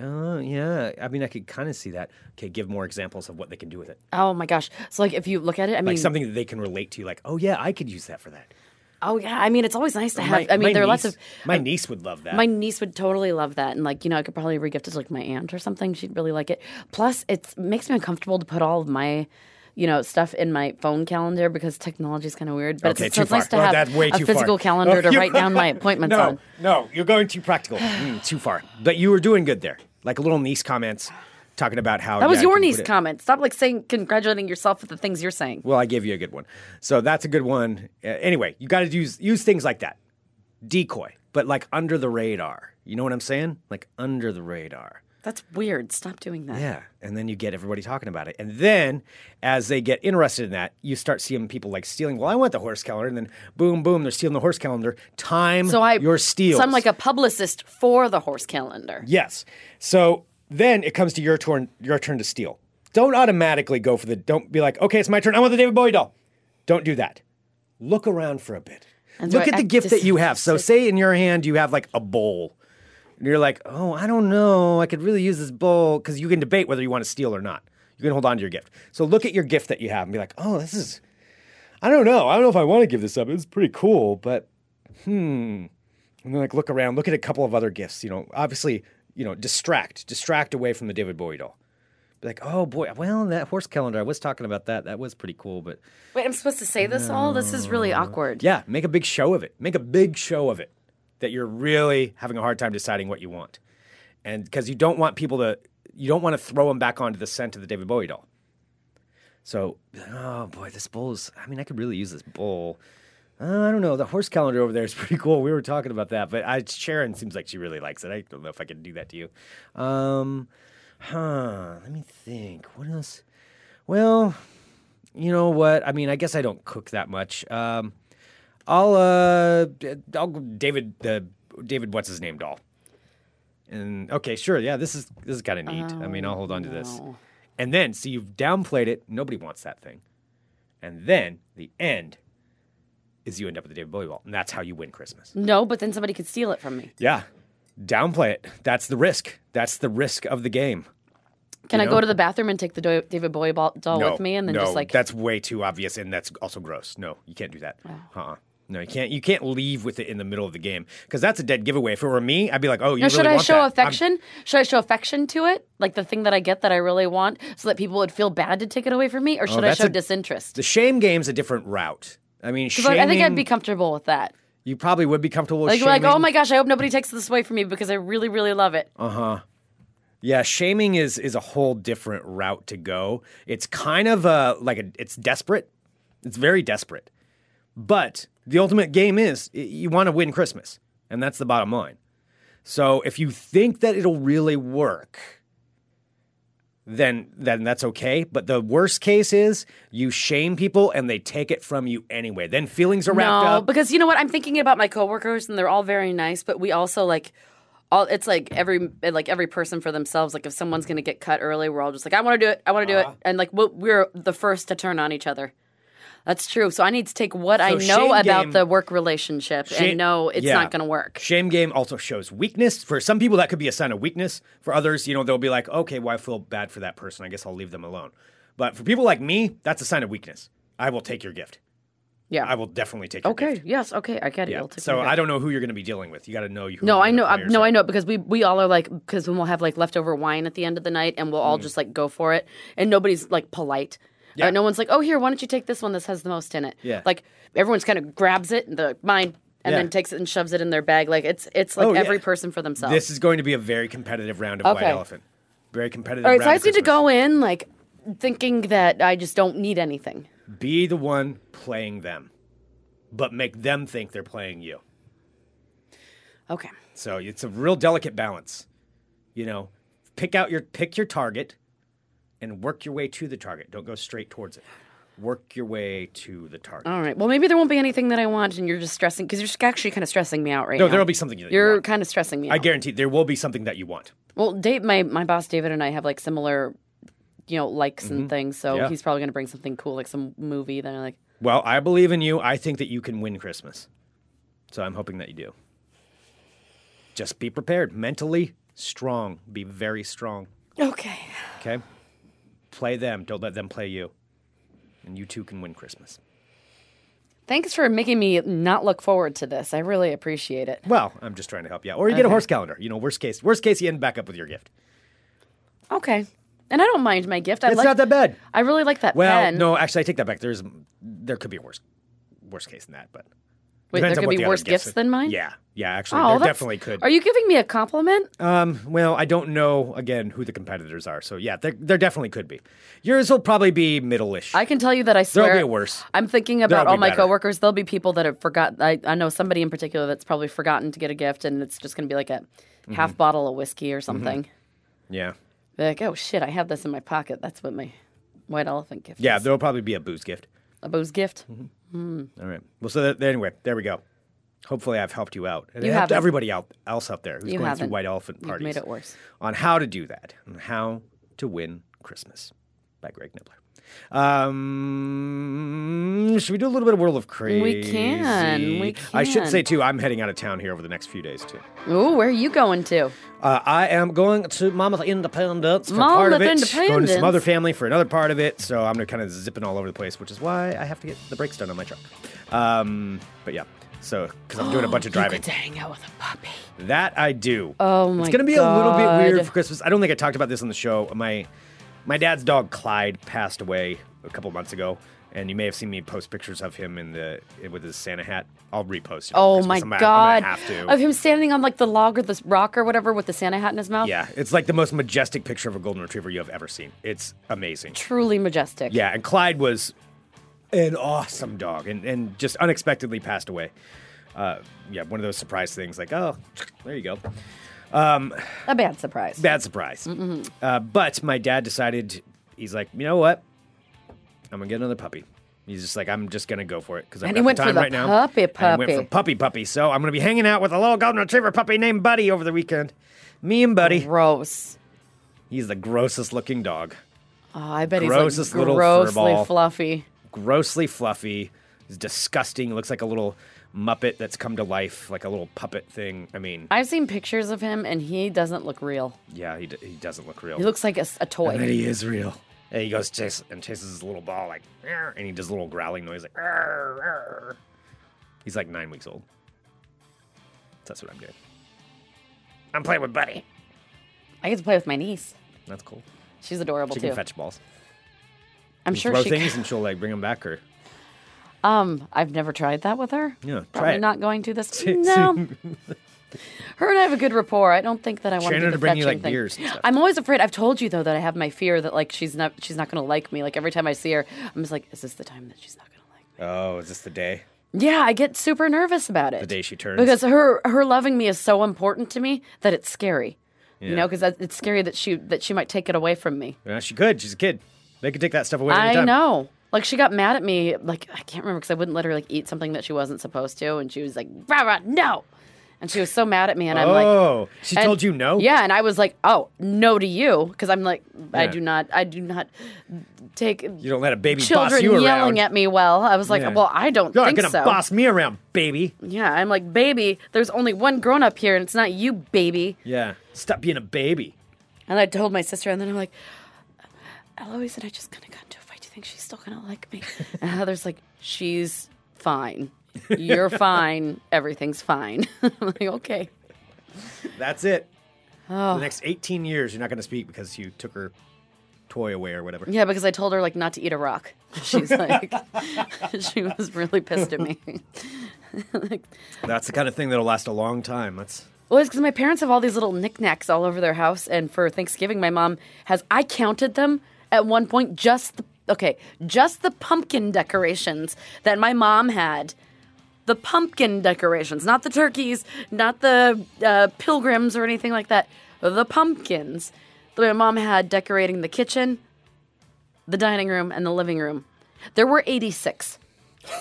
[SPEAKER 4] Oh yeah, I mean, I could kind of see that. Okay, give more examples of what they can do with it,
[SPEAKER 5] Oh my gosh! So like, if you look at it, I mean,
[SPEAKER 4] like something that they can relate to. Like, oh yeah, I could use that for that.
[SPEAKER 5] oh yeah, I mean, it's always nice to have.
[SPEAKER 4] My-
[SPEAKER 5] I mean,
[SPEAKER 4] my
[SPEAKER 5] there are lots
[SPEAKER 4] niece-
[SPEAKER 5] of. uh,
[SPEAKER 4] my niece would love that.
[SPEAKER 5] My niece would totally love that, and like you know, I could probably regift it to like my aunt or something. She'd really like it. Plus, it makes me uncomfortable to put all of my, you know, stuff in my phone calendar because technology's kind of weird. But
[SPEAKER 4] okay,
[SPEAKER 5] it's,
[SPEAKER 4] too
[SPEAKER 5] so it's nice to
[SPEAKER 4] far. Well,
[SPEAKER 5] have
[SPEAKER 4] that's way
[SPEAKER 5] a
[SPEAKER 4] too far.
[SPEAKER 5] physical calendar
[SPEAKER 4] Oh,
[SPEAKER 5] to
[SPEAKER 4] you-
[SPEAKER 5] write down my appointments
[SPEAKER 4] no,
[SPEAKER 5] on.
[SPEAKER 4] No, you're going too practical. Mm, too far. But you were doing good there. Like little niece comments talking about how
[SPEAKER 5] That was
[SPEAKER 4] Oh, yeah, I
[SPEAKER 5] your
[SPEAKER 4] can put
[SPEAKER 5] niece
[SPEAKER 4] it-
[SPEAKER 5] comment. Stop like saying congratulating yourself with the things you're saying.
[SPEAKER 4] Well, I gave you a good one. So that's a good one. Uh, anyway, you got to use use things like that. Decoy, but like under the radar. You know what I'm saying? Like under the radar.
[SPEAKER 5] That's weird. Stop doing that.
[SPEAKER 4] Yeah, and then you get everybody talking about it, and then as they get interested in that, you start seeing people like stealing. Well, I want the horse calendar, and then boom, boom, they're stealing the horse calendar. Time
[SPEAKER 5] So I
[SPEAKER 4] your steals.
[SPEAKER 5] So I'm like a publicist for the horse calendar.
[SPEAKER 4] Yes. So then it comes to your turn. Your turn to steal. Don't automatically go for the. Don't be like, okay, it's my turn. I want the David Bowie doll. Don't do that. Look around for a bit.
[SPEAKER 5] And
[SPEAKER 4] Look
[SPEAKER 5] so
[SPEAKER 4] at
[SPEAKER 5] I-
[SPEAKER 4] the
[SPEAKER 5] I
[SPEAKER 4] gift that
[SPEAKER 5] just-
[SPEAKER 4] you have. So say in your hand you have like a bowl. And you're like, oh, I don't know. I could really use this bowl because you can debate whether you want to steal or not. You can hold on to your gift. So look at your gift that you have and be like, oh, this is. I don't know. I don't know if I want to give this up. It's pretty cool, but and then like look around, look at a couple of other gifts. You know, obviously, you know, distract, distract away from the David Bowie doll. Be like, oh boy, well that horse calendar. I was talking about that. That was pretty cool, but
[SPEAKER 5] Wait, I'm supposed to say this all? This is really awkward.
[SPEAKER 4] yeah, make a big show of it. Make a big show of it that you're really having a hard time deciding what you want, and because you don't want people to, you don't want to throw them back onto the scent of the David Bowie doll. So, oh boy, this bowl is. I mean, I could really use this bowl. Uh, I don't know. The horse calendar over there is pretty cool. We were talking about that, but I, Sharon seems like she really likes it. I don't know if I can do that to you. Um, huh? Let me think. What else? Well, you know what? I mean, I guess I don't cook that much. Um, I'll uh, d- I'll go David the David what's his name doll. And okay, sure, yeah, this is this is kind of neat. I mean, I'll hold on to this. And then, so you've downplayed it. Nobody wants that thing. And then the end is you end up with the David Bowie ball, and that's how you win Christmas.
[SPEAKER 5] No, but then somebody could steal it from me.
[SPEAKER 4] Yeah, downplay it. That's the risk. That's the risk of the game.
[SPEAKER 5] Can
[SPEAKER 4] You
[SPEAKER 5] I
[SPEAKER 4] know?
[SPEAKER 5] go to the bathroom and take the Do- David Bowie ball- doll
[SPEAKER 4] no,
[SPEAKER 5] Oh, with me and then
[SPEAKER 4] no,
[SPEAKER 5] just like
[SPEAKER 4] that's way too obvious and that's also gross no you can't do that uh-uh no you can't you can't leave with it in the middle of the game because that's a dead giveaway if it were me i'd be like oh you
[SPEAKER 5] Now,
[SPEAKER 4] really
[SPEAKER 5] should I
[SPEAKER 4] want
[SPEAKER 5] show
[SPEAKER 4] that. I'm-
[SPEAKER 5] affection? should I show affection to it? Like the thing that I get that I really want so that people would feel bad to take it away from me? Or should I
[SPEAKER 4] Oh, that's
[SPEAKER 5] show
[SPEAKER 4] a-
[SPEAKER 5] disinterest?
[SPEAKER 4] the shame game's a different route i mean
[SPEAKER 5] So
[SPEAKER 4] shaming,
[SPEAKER 5] I think I'd be comfortable with that.
[SPEAKER 4] you probably would be comfortable with
[SPEAKER 5] Like, like,
[SPEAKER 4] shaming.
[SPEAKER 5] oh my gosh, I hope nobody takes this away from me because I really, really love it.
[SPEAKER 4] Yeah, shaming is is a whole different route to go. It's kind of a like a it's desperate. It's very desperate. But the ultimate game is y- you want to win Christmas, and that's the bottom line. So if you think that it'll really work, then then that's okay. But the worst case is you shame people and they take it from you anyway. Then feelings are wrapped
[SPEAKER 5] no,
[SPEAKER 4] up.
[SPEAKER 5] because you know what? I'm thinking about my coworkers, and they're all very nice, but we also like all. It's like every like every person for themselves. Like if someone's gonna get cut early, we're all just like, I want to do it, I want to
[SPEAKER 4] Uh-huh.
[SPEAKER 5] do it, and like we're, we're the first to turn on each other. That's true. So I need to take what I
[SPEAKER 4] So shame
[SPEAKER 5] know about
[SPEAKER 4] game-
[SPEAKER 5] the work relationship
[SPEAKER 4] Shame-
[SPEAKER 5] and know it's
[SPEAKER 4] yeah.
[SPEAKER 5] not gonna work.
[SPEAKER 4] Shame game also shows weakness. For some people, that could be a sign of weakness. For others, you know, they'll be like, okay, well, I feel bad for that person. I guess I'll leave them alone. But for people like me, that's a sign of weakness. I will take your gift.
[SPEAKER 5] Yeah.
[SPEAKER 4] I will definitely take your
[SPEAKER 5] okay.
[SPEAKER 4] gift.
[SPEAKER 5] Yes. Okay. I get it.
[SPEAKER 4] Yeah.
[SPEAKER 5] You'll take
[SPEAKER 4] So
[SPEAKER 5] my
[SPEAKER 4] I don't know who you're going to be dealing with. You got to know who.
[SPEAKER 5] No,
[SPEAKER 4] your
[SPEAKER 5] I know. I,
[SPEAKER 4] players
[SPEAKER 5] no,
[SPEAKER 4] are.
[SPEAKER 5] I know because we we all are like because when we'll have like leftover wine at the end of the night and we'll all just like go for it and nobody's like polite.
[SPEAKER 4] Mm. Yeah.
[SPEAKER 5] Uh, no one's like, oh, here, why don't you take this one? This has the most in it.
[SPEAKER 4] Yeah.
[SPEAKER 5] Like everyone's kind of grabs it and they're like, mine, and
[SPEAKER 4] Yeah.
[SPEAKER 5] then takes it and shoves it in their bag. Like it's it's like
[SPEAKER 4] Oh, yeah.
[SPEAKER 5] every person for themselves.
[SPEAKER 4] This is going to be a very competitive round of White
[SPEAKER 5] Okay.
[SPEAKER 4] Elephant. Very competitive.
[SPEAKER 5] all right,
[SPEAKER 4] round
[SPEAKER 5] so I
[SPEAKER 4] of
[SPEAKER 5] just need to
[SPEAKER 4] Christmas.
[SPEAKER 5] go in like thinking that I just don't need anything.
[SPEAKER 4] Be the one playing them, but make them think they're playing you.
[SPEAKER 5] Okay.
[SPEAKER 4] So it's a real delicate balance. You know, pick out your pick your target and work your way to the target. Don't go straight towards it. Work your way to the target.
[SPEAKER 5] All right. Well, maybe there won't be anything that I want, and you're just stressing because you're actually kind of stressing me out right
[SPEAKER 4] no,
[SPEAKER 5] now.
[SPEAKER 4] there'll be something that you
[SPEAKER 5] You're
[SPEAKER 4] want.
[SPEAKER 5] kind of stressing me out.
[SPEAKER 4] I guarantee there will be something that you want.
[SPEAKER 5] Well, Dave, my, my boss David and I have like similar, you know, likes and things. So
[SPEAKER 4] Mm-hmm. Yeah.
[SPEAKER 5] he's probably going to bring something cool, like some movie that I like.
[SPEAKER 4] Well, I believe in you. I think that you can win Christmas. So I'm hoping that you do. Just be prepared. Mentally strong. Be very strong.
[SPEAKER 5] Okay.
[SPEAKER 4] Okay? Play them. Don't let them play you. And you too can win Christmas.
[SPEAKER 5] Thanks for making me not look forward to this. I really appreciate it.
[SPEAKER 4] Well, I'm just trying to help you out. Or you get a horse calendar. You know, worst case, worst case, you end back up with your gift.
[SPEAKER 5] Okay. And I don't mind my gift. I
[SPEAKER 4] It's
[SPEAKER 5] like.
[SPEAKER 4] not that bad.
[SPEAKER 5] I really like that
[SPEAKER 4] Well,
[SPEAKER 5] pen.
[SPEAKER 4] no, actually, I take that back. There's, there could be a worse, worst case than that, but
[SPEAKER 5] Wait, there
[SPEAKER 4] depends on
[SPEAKER 5] could
[SPEAKER 4] what
[SPEAKER 5] be
[SPEAKER 4] the other
[SPEAKER 5] worse gifts,
[SPEAKER 4] are.
[SPEAKER 5] than mine.
[SPEAKER 4] Yeah, yeah, actually,
[SPEAKER 5] Oh,
[SPEAKER 4] there
[SPEAKER 5] that's-
[SPEAKER 4] definitely could.
[SPEAKER 5] Are you giving me a compliment?
[SPEAKER 4] Um, well, I don't know again who the competitors are, so yeah, there, there definitely could be. Yours will probably be middle-ish.
[SPEAKER 5] I can tell you that I
[SPEAKER 4] There'll
[SPEAKER 5] swear.
[SPEAKER 4] be worse.
[SPEAKER 5] I'm thinking about
[SPEAKER 4] There'll
[SPEAKER 5] all
[SPEAKER 4] be
[SPEAKER 5] my
[SPEAKER 4] better.
[SPEAKER 5] coworkers. There'll be people that have forgotten. I, I know somebody in particular that's probably forgotten to get a gift, and it's just going to be like a half
[SPEAKER 4] Mm-hmm.
[SPEAKER 5] bottle of whiskey or something.
[SPEAKER 4] Yeah,
[SPEAKER 5] Be like, oh shit, I have this in my pocket. That's what my white elephant gift.
[SPEAKER 4] yeah, Mm-hmm.
[SPEAKER 5] is.
[SPEAKER 4] there'll probably be a booze gift.
[SPEAKER 5] a booze gift.
[SPEAKER 4] All right. Well, so that, anyway, there we go. Hopefully, I've helped you out, and
[SPEAKER 5] You
[SPEAKER 4] I helped
[SPEAKER 5] haven't.
[SPEAKER 4] everybody out, else out there who's
[SPEAKER 5] You
[SPEAKER 4] going
[SPEAKER 5] haven't.
[SPEAKER 4] through white elephant
[SPEAKER 5] You've
[SPEAKER 4] parties
[SPEAKER 5] made it worse.
[SPEAKER 4] on how to do that and how to win Christmas by Greg Nibbler. Um, should we do a little bit of World of Crazy?
[SPEAKER 5] We can, we
[SPEAKER 4] I should
[SPEAKER 5] can.
[SPEAKER 4] say too, I'm heading out of town here over the next few days too.
[SPEAKER 5] Ooh, where are you going to?
[SPEAKER 4] Uh, I am going to Monmouth Independence for part of it.
[SPEAKER 5] Monmouth
[SPEAKER 4] Going to some
[SPEAKER 5] Independence?
[SPEAKER 4] other family for another part of it. So I'm gonna kind of zipping all over the place, which is why I have to get the brakes done on my truck. Um, but yeah, so because I'm doing a bunch of driving.
[SPEAKER 5] to hang out with a puppy.
[SPEAKER 4] That I do.
[SPEAKER 5] Oh
[SPEAKER 4] It's
[SPEAKER 5] my
[SPEAKER 4] gonna be a little bit weird
[SPEAKER 5] God.
[SPEAKER 4] for Christmas. I don't think I talked about this on the show. My my dad's dog Clyde passed away a couple months ago, and you may have seen me post pictures of him in the with his Santa hat. I'll repost it. on
[SPEAKER 5] Oh
[SPEAKER 4] Christmas.
[SPEAKER 5] my
[SPEAKER 4] I'm gonna-
[SPEAKER 5] god!
[SPEAKER 4] I'm gonna have to.
[SPEAKER 5] Of him standing on like the log or the rock or whatever with the Santa hat in his mouth.
[SPEAKER 4] yeah, it's like the most majestic picture of a golden retriever you have ever seen. It's amazing.
[SPEAKER 5] Truly majestic.
[SPEAKER 4] Yeah, and Clyde was an awesome dog, and and just unexpectedly passed away. Uh, yeah, one of those surprise things, like oh, there you go.
[SPEAKER 5] A bad surprise.
[SPEAKER 4] Bad surprise.
[SPEAKER 5] Mm-hmm.
[SPEAKER 4] Uh, but my dad decided, he's like, you know what? I'm gonna get another puppy. He's just like, I'm just gonna go for it because I've
[SPEAKER 5] And
[SPEAKER 4] got
[SPEAKER 5] he went
[SPEAKER 4] the
[SPEAKER 5] for
[SPEAKER 4] time
[SPEAKER 5] the
[SPEAKER 4] right now.
[SPEAKER 5] puppy
[SPEAKER 4] And I went for
[SPEAKER 5] puppy.
[SPEAKER 4] puppy puppy. So I'm gonna be hanging out with a little golden retriever puppy named Buddy over the weekend. Me and Buddy.
[SPEAKER 5] Gross.
[SPEAKER 4] He's the grossest looking dog.
[SPEAKER 5] Oh, I bet
[SPEAKER 4] Grossest
[SPEAKER 5] he's like
[SPEAKER 4] little
[SPEAKER 5] grossly
[SPEAKER 4] furball.
[SPEAKER 5] fluffy.
[SPEAKER 4] Grossly fluffy. He's disgusting. Looks like a little muppet that's come to life, like a little puppet thing. I mean,
[SPEAKER 5] I've seen pictures of him, and he doesn't look real.
[SPEAKER 4] yeah, he, d- he doesn't look real.
[SPEAKER 5] He looks like a, s- a
[SPEAKER 4] And then
[SPEAKER 5] toy.
[SPEAKER 4] he is real. And he goes chase and chases his little ball like, "Arr," and he does a little growling noise like. "Arr, arr." He's like nine weeks old. So that's what I'm doing. I'm playing with Buddy.
[SPEAKER 5] I get to play with my niece.
[SPEAKER 4] That's cool.
[SPEAKER 5] She's adorable
[SPEAKER 4] She can
[SPEAKER 5] too.
[SPEAKER 4] fetch balls,
[SPEAKER 5] I'm
[SPEAKER 4] and
[SPEAKER 5] sure
[SPEAKER 4] throw
[SPEAKER 5] she.
[SPEAKER 4] things, and she'll like bring them back. Or
[SPEAKER 5] Um, I've never tried that with her.
[SPEAKER 4] Yeah, try
[SPEAKER 5] Probably
[SPEAKER 4] it.
[SPEAKER 5] not going to this. no. Her and I have a good rapport. I don't think that I want
[SPEAKER 4] Train
[SPEAKER 5] to
[SPEAKER 4] her
[SPEAKER 5] do the
[SPEAKER 4] to bring you,
[SPEAKER 5] fetching
[SPEAKER 4] like,
[SPEAKER 5] thing.
[SPEAKER 4] beers and stuff.
[SPEAKER 5] I'm always afraid. I've told you though that I have my fear that like she's not she's not going to like me. Like every time I see her, I'm just like, is this the time that she's not going to like me?
[SPEAKER 4] oh, is this the day?
[SPEAKER 5] Yeah, I get super nervous about it.
[SPEAKER 4] The day she turns.
[SPEAKER 5] because her her loving me is so important to me that it's scary. You
[SPEAKER 4] Yeah.
[SPEAKER 5] know, because it's scary that she that she might take it away from me.
[SPEAKER 4] Yeah, she could. She's a kid. They could take that stuff away.
[SPEAKER 5] I
[SPEAKER 4] anytime.
[SPEAKER 5] know. Like she got mad at me. Like I can't remember because I wouldn't let her like eat something that she wasn't supposed to, and she was like, "Rah rah, no!" And she was so mad at me, and I'm like,
[SPEAKER 4] oh, she
[SPEAKER 5] and-
[SPEAKER 4] told you no.
[SPEAKER 5] Yeah, and I was like, "Oh, no to you," because I'm like, I
[SPEAKER 4] Yeah.
[SPEAKER 5] do not, I do not take
[SPEAKER 4] You don't let a baby boss
[SPEAKER 5] children
[SPEAKER 4] you
[SPEAKER 5] yelling
[SPEAKER 4] around.
[SPEAKER 5] at me. Well, I was like,
[SPEAKER 4] Yeah.
[SPEAKER 5] "Well, I don't
[SPEAKER 4] You're not
[SPEAKER 5] think
[SPEAKER 4] gonna
[SPEAKER 5] so." Mm.
[SPEAKER 4] boss me around, baby.
[SPEAKER 5] Yeah, I'm like, "Baby, there's only one grown up here, and it's not you, baby."
[SPEAKER 4] Yeah, stop being a baby.
[SPEAKER 5] And I told my sister, and then I'm like, Eloise and I just kind of got into a fight. Do you think she's still going to like me? And Heather's like, she's fine. You're fine. Everything's fine. I'm like, okay.
[SPEAKER 4] That's it.
[SPEAKER 5] Oh.
[SPEAKER 4] For the next 18 years, you're not going to speak because you took her toy away or whatever.
[SPEAKER 5] Yeah, because I told her, like, not to eat a rock. She's like, she was really pissed at me. like,
[SPEAKER 4] That's the kind of thing that'll last a long time. That's
[SPEAKER 5] Well, it's because my parents have all these little knickknacks all over their house, and for Thanksgiving, my mom has I counted them at one point just the, okay, just the pumpkin decorations that my mom had. The pumpkin decorations, not the turkeys, not the uh, pilgrims or anything like that. The pumpkins that my mom had decorating the kitchen, the dining room, and the living room. There were 86.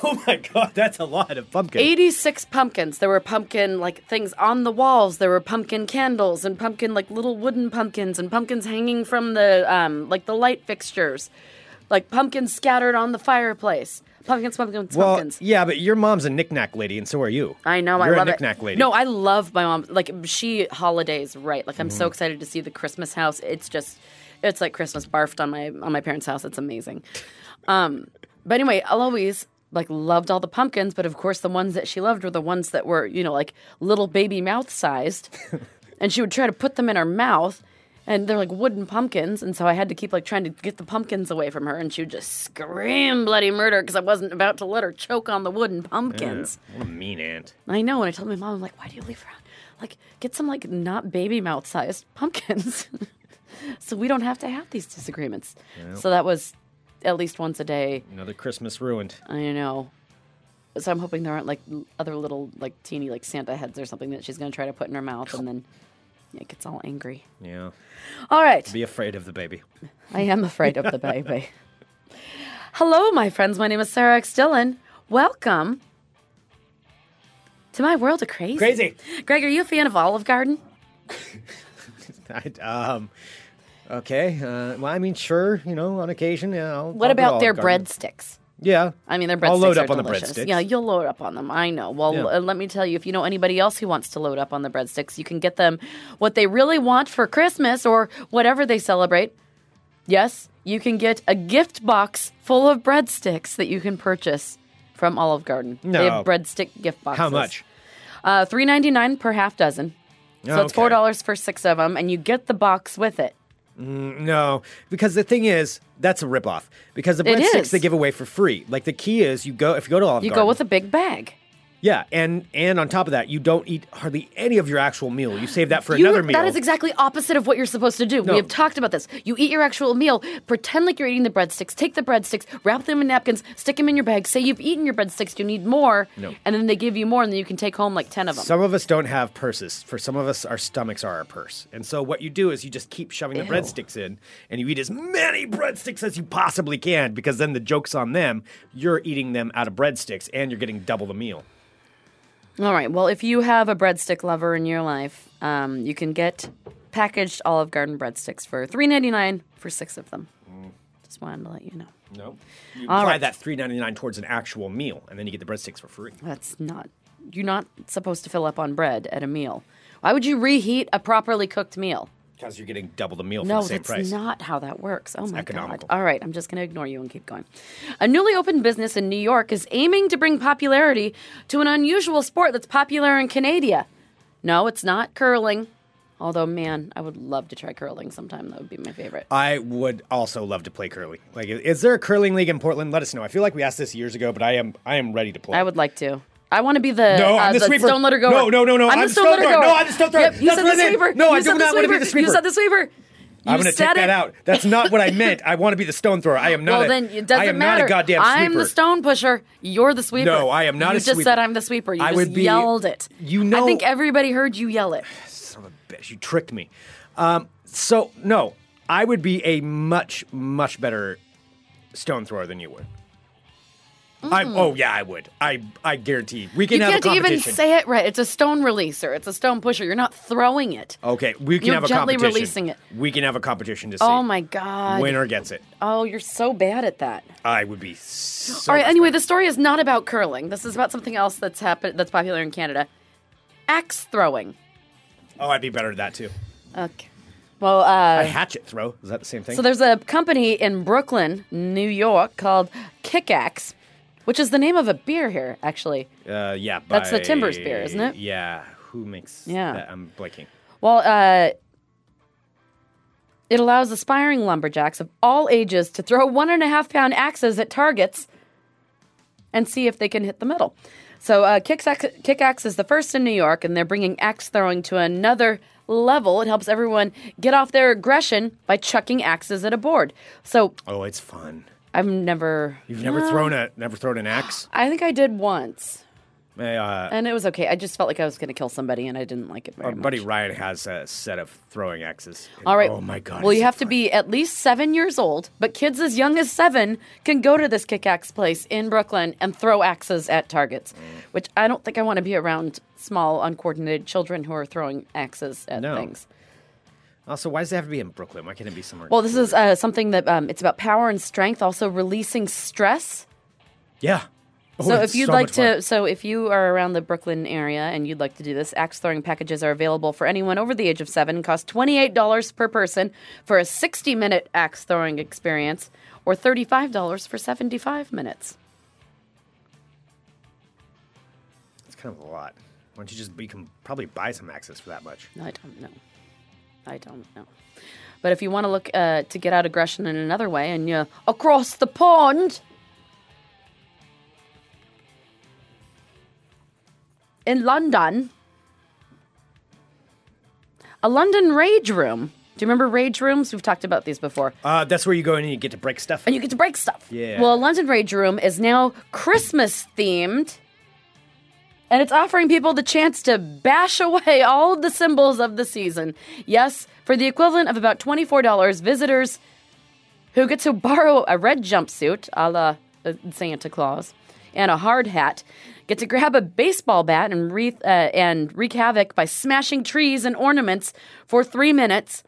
[SPEAKER 4] Oh my god, that's a lot of pumpkin.
[SPEAKER 5] 86 pumpkins. There were pumpkin like things on the walls. There were pumpkin candles and pumpkin like little wooden pumpkins and pumpkins hanging from the um like the light fixtures. Like pumpkins scattered on the fireplace. Pumpkins, pumpkins,
[SPEAKER 4] well,
[SPEAKER 5] pumpkins.
[SPEAKER 4] yeah, but your mom's a knickknack lady, and so are you.
[SPEAKER 5] I know.
[SPEAKER 4] You're
[SPEAKER 5] I love
[SPEAKER 4] a knickknack
[SPEAKER 5] it.
[SPEAKER 4] lady.
[SPEAKER 5] No, I love my mom. Like she holidays, right? Like I'm so
[SPEAKER 4] Mm-hmm.
[SPEAKER 5] excited to see the Christmas house. It's just, it's like Christmas barfed on my on my parents' house. It's amazing. Um, but anyway, Eloise like loved all the pumpkins, but of course the ones that she loved were the ones that were you know like little baby mouth sized, and she would try to put them in her mouth. And they're like wooden pumpkins, and so I had to keep like trying to get the pumpkins away from her, and she would just scream bloody murder because I wasn't about to let her choke on the wooden pumpkins.
[SPEAKER 4] What a mean aunt.
[SPEAKER 5] I know. And I told my mom, I'm like, why do you leave her out? Like, get some, like, not baby mouth sized pumpkins. so we don't have to have these disagreements. So that was at least once a day.
[SPEAKER 4] Another Christmas ruined.
[SPEAKER 5] I know. So I'm hoping there aren't, like, l- other little, like, teeny, like, Santa heads or something that she's going to try to put in her mouth. And then it gets all angry.
[SPEAKER 4] Yeah.
[SPEAKER 5] All right.
[SPEAKER 4] Be afraid of the baby.
[SPEAKER 5] I am afraid of the baby. Hello, my friends. My name is Sarah X. Dillon. Welcome to my world of crazy.
[SPEAKER 4] Crazy.
[SPEAKER 5] Greg, are you a fan of Olive Garden?
[SPEAKER 4] I, um, okay. Uh, well, I mean, sure. You know, on occasion. Yeah. I'll,
[SPEAKER 5] What
[SPEAKER 4] I'll go
[SPEAKER 5] about
[SPEAKER 4] Olive
[SPEAKER 5] their
[SPEAKER 4] Garden.
[SPEAKER 5] breadsticks?
[SPEAKER 4] Yeah.
[SPEAKER 5] I mean, their breadsticks
[SPEAKER 4] I'll load
[SPEAKER 5] are
[SPEAKER 4] up on the
[SPEAKER 5] delicious.
[SPEAKER 4] breadsticks.
[SPEAKER 5] Yeah, you'll load up on them. I know. Well,
[SPEAKER 4] Yeah.
[SPEAKER 5] uh, let me tell you, if you know anybody else who wants to load up on the breadsticks, you can get them what they really want for Christmas or whatever they celebrate. Yes, you can get a gift box full of breadsticks that you can purchase from Olive Garden.
[SPEAKER 4] No.
[SPEAKER 5] They have breadstick gift boxes.
[SPEAKER 4] How much?
[SPEAKER 5] Uh, Three ninety nine per half dozen. So it's
[SPEAKER 4] Okay.
[SPEAKER 5] four dollars for six of them, and you get the box with it.
[SPEAKER 4] No, because the thing is, that's a ripoff. Because the
[SPEAKER 5] It
[SPEAKER 4] breadsticks
[SPEAKER 5] is.
[SPEAKER 4] they give away for free. Like the key is, you go if you go to Olive
[SPEAKER 5] You
[SPEAKER 4] Garden,
[SPEAKER 5] go with a big bag.
[SPEAKER 4] yeah, and and on top of that, you don't eat hardly any of your actual meal. You save that for
[SPEAKER 5] You-
[SPEAKER 4] another meal.
[SPEAKER 5] That is exactly opposite of what you're supposed to do.
[SPEAKER 4] No.
[SPEAKER 5] We have talked about this. You eat your actual meal, pretend like you're eating the breadsticks, take the breadsticks, wrap them in napkins, stick them in your bag, say you've eaten your breadsticks, you need more,
[SPEAKER 4] No.
[SPEAKER 5] and then they give you more, and then you can take home like 10 of them.
[SPEAKER 4] Some of us don't have purses. For some of us, our stomachs are our purse. And so what you do is you just keep shoving the
[SPEAKER 5] Ew.
[SPEAKER 4] breadsticks in, and you eat as many breadsticks as you possibly can, because then the joke's on them. You're eating them out of breadsticks, and you're getting double the meal.
[SPEAKER 5] All right. Well, if you have a breadstick lover in your life, um, you can get packaged Olive Garden breadsticks for $3.99 for six of them.
[SPEAKER 4] Mm.
[SPEAKER 5] Just wanted to let you know.
[SPEAKER 4] No, you
[SPEAKER 5] All
[SPEAKER 4] apply
[SPEAKER 5] right.
[SPEAKER 4] that three ninety nine towards an actual meal, and then you get the breadsticks for free.
[SPEAKER 5] That's not. You're not supposed to fill up on bread at a meal. Why would you reheat a properly cooked meal?
[SPEAKER 4] Because you're getting double the meal for
[SPEAKER 5] No,
[SPEAKER 4] the same
[SPEAKER 5] that's
[SPEAKER 4] price.
[SPEAKER 5] not how that works. Oh my
[SPEAKER 4] economical.
[SPEAKER 5] god! All right, I'm just going to ignore you and keep going. A newly opened business in New York is aiming to bring popularity to an unusual sport that's popular in Canada. No, it's not curling. Although, man, I would love to try curling sometime. That would be my favorite.
[SPEAKER 4] I would also love to play curling. Like, is there a curling league in Portland? Let us know. I feel like we asked this years ago, but I am I am ready to play.
[SPEAKER 5] I would like to. I want to be the
[SPEAKER 4] No,
[SPEAKER 5] uh,
[SPEAKER 4] I'm the sweeper.
[SPEAKER 5] stone letter goer.
[SPEAKER 4] No, no, no, no,
[SPEAKER 5] I'm, the stone letter
[SPEAKER 4] goer.
[SPEAKER 5] goer.
[SPEAKER 4] No, I'm the stone thrower.
[SPEAKER 5] Yep, you
[SPEAKER 4] That's
[SPEAKER 5] said
[SPEAKER 4] what I
[SPEAKER 5] the
[SPEAKER 4] meant.
[SPEAKER 5] sweeper.
[SPEAKER 4] No,
[SPEAKER 5] you
[SPEAKER 4] I do
[SPEAKER 5] said the
[SPEAKER 4] not wanna be
[SPEAKER 5] sweeper.
[SPEAKER 4] the sweeper.
[SPEAKER 5] You said the sweeper. You
[SPEAKER 4] I'm going to
[SPEAKER 5] said
[SPEAKER 4] take that
[SPEAKER 5] it.
[SPEAKER 4] out. That's not what I meant. I want to be the stone thrower. I am not.
[SPEAKER 5] well,
[SPEAKER 4] a,
[SPEAKER 5] then it doesn't
[SPEAKER 4] I am
[SPEAKER 5] matter.
[SPEAKER 4] not a goddamn sweeper.
[SPEAKER 5] I'm the stone pusher. You're the sweeper.
[SPEAKER 4] No, I am not
[SPEAKER 5] You
[SPEAKER 4] a
[SPEAKER 5] just
[SPEAKER 4] sweeper.
[SPEAKER 5] said I'm the sweeper. You
[SPEAKER 4] I
[SPEAKER 5] just
[SPEAKER 4] would be-
[SPEAKER 5] yelled it.
[SPEAKER 4] You
[SPEAKER 5] I
[SPEAKER 4] know-
[SPEAKER 5] think everybody heard you yell it.
[SPEAKER 4] Son of a bitch, you tricked me. Um, so no, I would be a much much better stone thrower than you would. I oh yeah, I would. I I guarantee. We can
[SPEAKER 5] Mm. you
[SPEAKER 4] have
[SPEAKER 5] can't
[SPEAKER 4] a competition.
[SPEAKER 5] even say it right. It's a stone releaser. It's a stone pusher. You're not throwing it.
[SPEAKER 4] Okay, we can
[SPEAKER 5] You're
[SPEAKER 4] have a
[SPEAKER 5] gently
[SPEAKER 4] competition.
[SPEAKER 5] releasing it.
[SPEAKER 4] We can have a competition to see.
[SPEAKER 5] Oh my god.
[SPEAKER 4] Winner gets it.
[SPEAKER 5] Oh, you're so bad at that.
[SPEAKER 4] I would be. So
[SPEAKER 5] All right.
[SPEAKER 4] much
[SPEAKER 5] Anyway,
[SPEAKER 4] better.
[SPEAKER 5] the story is not about curling. This is about something else that's happened. That's popular in Canada. Axe throwing.
[SPEAKER 4] Oh, I'd be better at that too.
[SPEAKER 5] Okay. Well, uh,
[SPEAKER 4] A hatchet throw is that the same thing?
[SPEAKER 5] So there's a company in Brooklyn, New York, called Kickaxe, which is the name of a beer here, actually.
[SPEAKER 4] uh, yeah,
[SPEAKER 5] That's the
[SPEAKER 4] by-
[SPEAKER 5] Timbers beer, isn't it?
[SPEAKER 4] Yeah. Who makes?
[SPEAKER 5] Yeah.
[SPEAKER 4] that? I'm blanking.
[SPEAKER 5] Well, uh, it allows aspiring lumberjacks of all ages to throw one and a half pound axes at targets and see if they can hit the metal. So, uh, Kickaxe Kickaxe is the first in New York, and they're bringing axe throwing to another level. It helps everyone get off their aggression by chucking axes at a board. So,
[SPEAKER 4] Oh, it's fun.
[SPEAKER 5] I've never.
[SPEAKER 4] You've never thrown a never thrown an axe.
[SPEAKER 5] I think I did once.
[SPEAKER 4] Uh,
[SPEAKER 5] and it was okay. I just felt like I was going to kill somebody, and I didn't like it very
[SPEAKER 4] our
[SPEAKER 5] much.
[SPEAKER 4] buddy Ryan has a set of throwing axes. And-
[SPEAKER 5] All right.
[SPEAKER 4] Oh my god.
[SPEAKER 5] Well,
[SPEAKER 4] is
[SPEAKER 5] you
[SPEAKER 4] it
[SPEAKER 5] have to
[SPEAKER 4] fun.
[SPEAKER 5] be at least seven years old, but kids as young as seven can go to this kick axe place in Brooklyn and throw axes at targets,
[SPEAKER 4] Mm.
[SPEAKER 5] which I don't think I want to be around small, uncoordinated children who are throwing axes at
[SPEAKER 4] No.
[SPEAKER 5] things.
[SPEAKER 4] Also, why does it have to be in Brooklyn? Why can't it be somewhere?
[SPEAKER 5] Well, this is uh, something that um, it's about power and strength, also releasing stress.
[SPEAKER 4] yeah. Oh,
[SPEAKER 5] So
[SPEAKER 4] that's
[SPEAKER 5] if you'd
[SPEAKER 4] so
[SPEAKER 5] like
[SPEAKER 4] much
[SPEAKER 5] to,
[SPEAKER 4] fun.
[SPEAKER 5] so if you are around the Brooklyn area and you'd like to do this, axe throwing packages are available for anyone over the age of seven. Cost twenty eight dollars per person for a sixty minute axe throwing experience, or thirty five dollars for seventy five minutes.
[SPEAKER 4] it's kind of a lot. Why don't you just you can probably buy some axes for that much?
[SPEAKER 5] I don't know. I don't know. But if you want to look uh, to get out aggression in another way, and you're across the pond in London, a London rage room. Do you remember rage rooms? We've talked about these before.
[SPEAKER 4] Uh, that's where you go in and you get to break stuff.
[SPEAKER 5] And you get to break stuff.
[SPEAKER 4] Yeah.
[SPEAKER 5] Well, a London Rage Room is now Christmas themed. And it's offering people the chance to bash away all of the symbols of the season. Yes, for the equivalent of about $24, visitors who get to borrow a red jumpsuit a la uh, Santa Claus and a hard hat get to grab a baseball bat and, wreath, uh, and wreak havoc by smashing trees and ornaments for three minutes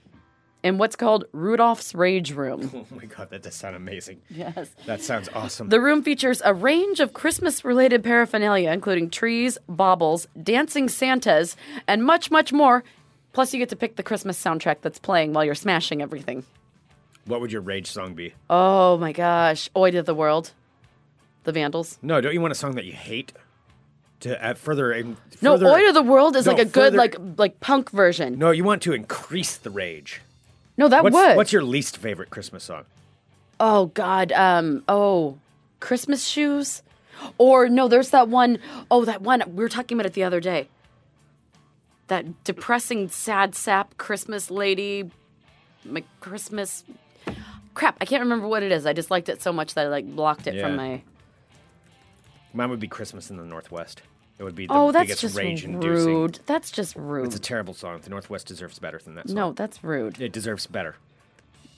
[SPEAKER 5] in what's called Rudolph's Rage Room.
[SPEAKER 4] oh my god, that does sound amazing.
[SPEAKER 5] Yes.
[SPEAKER 4] That sounds awesome.
[SPEAKER 5] The room features a range of Christmas related paraphernalia, including trees, baubles, dancing Santas, and much, much more. Plus, you get to pick the Christmas soundtrack that's playing while you're smashing everything.
[SPEAKER 4] what would your rage song be?
[SPEAKER 5] Oh my gosh. Oi to the world. The Vandals.
[SPEAKER 4] No, don't you want a song that you hate? To uh, further, in,
[SPEAKER 5] No,
[SPEAKER 4] further-
[SPEAKER 5] Oi to the world is
[SPEAKER 4] No,
[SPEAKER 5] like a good
[SPEAKER 4] further-
[SPEAKER 5] like like punk version. No,
[SPEAKER 4] No, you want to increase the rage.
[SPEAKER 5] that
[SPEAKER 4] What's,
[SPEAKER 5] would.
[SPEAKER 4] what's your least favorite Christmas song?
[SPEAKER 5] Oh God. Um. Oh, Christmas shoes. Or no, there's that one oh that one we were talking about it the other day. That depressing, sad sap Christmas lady, my Christmas crap. I can't remember what it is. I just liked it so much that I like blocked it
[SPEAKER 4] Yeah.
[SPEAKER 5] from my.
[SPEAKER 4] Mine would be Christmas in the Northwest. It would be the
[SPEAKER 5] Oh, that's
[SPEAKER 4] biggest
[SPEAKER 5] just
[SPEAKER 4] rage inducing.
[SPEAKER 5] rude. That's just rude.
[SPEAKER 4] It's a terrible song. The Northwest deserves better than that song.
[SPEAKER 5] no, that's rude.
[SPEAKER 4] It deserves better.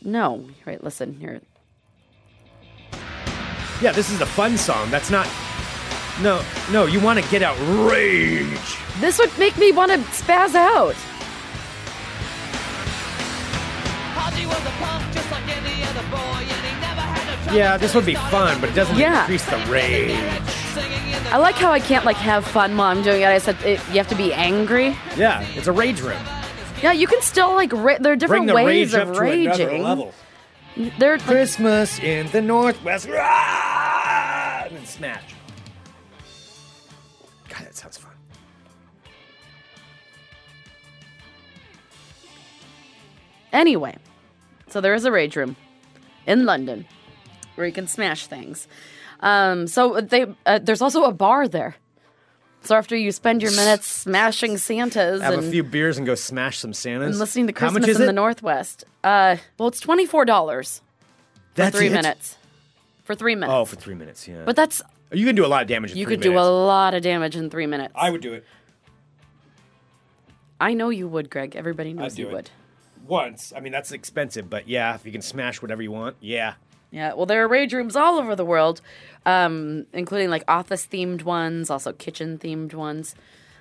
[SPEAKER 5] No, right? Listen here.
[SPEAKER 4] Yeah, this is a fun song. That's not. No, no, you want to get out rage.
[SPEAKER 5] This would make me want to spaz out.
[SPEAKER 6] Haji was a punk just like any other boy, and he never had no trouble.
[SPEAKER 4] Yeah, this would be fun, but it doesn't
[SPEAKER 5] Yeah.
[SPEAKER 4] increase the rage.
[SPEAKER 5] I like how I can't like have fun while I'm doing it. I said it, you have to be angry.
[SPEAKER 4] Yeah, it's a rage room.
[SPEAKER 5] Yeah, you can still like ra- there are
[SPEAKER 4] Bring
[SPEAKER 5] different
[SPEAKER 4] the
[SPEAKER 5] ways
[SPEAKER 4] rage up
[SPEAKER 5] of
[SPEAKER 4] to
[SPEAKER 5] raging.
[SPEAKER 4] another level.
[SPEAKER 5] They're like,
[SPEAKER 4] Christmas in the Northwest. Rah! And then smash. God, that sounds fun.
[SPEAKER 5] anyway. So there is a rage room in London where you can smash things. Um, so they uh, there's also a bar there. So after you spend your minutes smashing Santas
[SPEAKER 4] Have
[SPEAKER 5] and,
[SPEAKER 4] a few beers and go smash some Santas.
[SPEAKER 5] and listening to
[SPEAKER 4] How much
[SPEAKER 5] Christmas
[SPEAKER 4] is
[SPEAKER 5] in the
[SPEAKER 4] it?
[SPEAKER 5] Northwest, uh, well, it's twenty four dollars for
[SPEAKER 4] That's
[SPEAKER 5] three
[SPEAKER 4] it?
[SPEAKER 5] minutes. For three minutes,
[SPEAKER 4] Oh, for three minutes, yeah.
[SPEAKER 5] but that's
[SPEAKER 4] you can do a lot of damage in
[SPEAKER 5] you
[SPEAKER 4] three
[SPEAKER 5] could do a
[SPEAKER 4] minutes.
[SPEAKER 5] lot of damage in three minutes.
[SPEAKER 4] I would do it
[SPEAKER 5] I know you would, Greg. Everybody knows
[SPEAKER 4] do
[SPEAKER 5] you
[SPEAKER 4] it.
[SPEAKER 5] would.
[SPEAKER 4] once. I mean, that's expensive, but yeah, if you can smash whatever you want, yeah.
[SPEAKER 5] Yeah, well, there are rage rooms all over the world, um, including like office themed ones, also kitchen themed ones.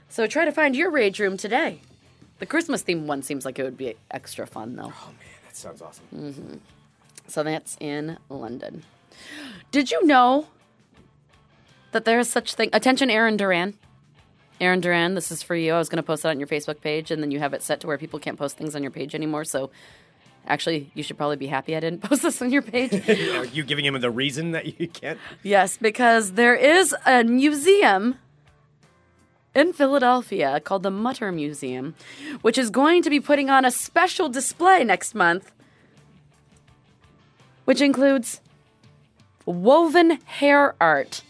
[SPEAKER 5] So try to find your rage room today. The Christmas themed one seems like it would be extra fun though.
[SPEAKER 4] Oh man, that sounds awesome.
[SPEAKER 5] Mm. So that's in London. Did you know that there is such thing? Attention, Aaron Duran. Aaron Duran, this is for you. I was going to post it on your Facebook page, and then you have it set to where people can't post things on your page anymore. So actually, you should probably be happy I didn't post this on your page.
[SPEAKER 4] Are you giving him the reason that you can't?
[SPEAKER 5] Yes, because there is a museum in Philadelphia called the Mutter Museum, which is going to be putting on a special display next month, which includes woven hair art.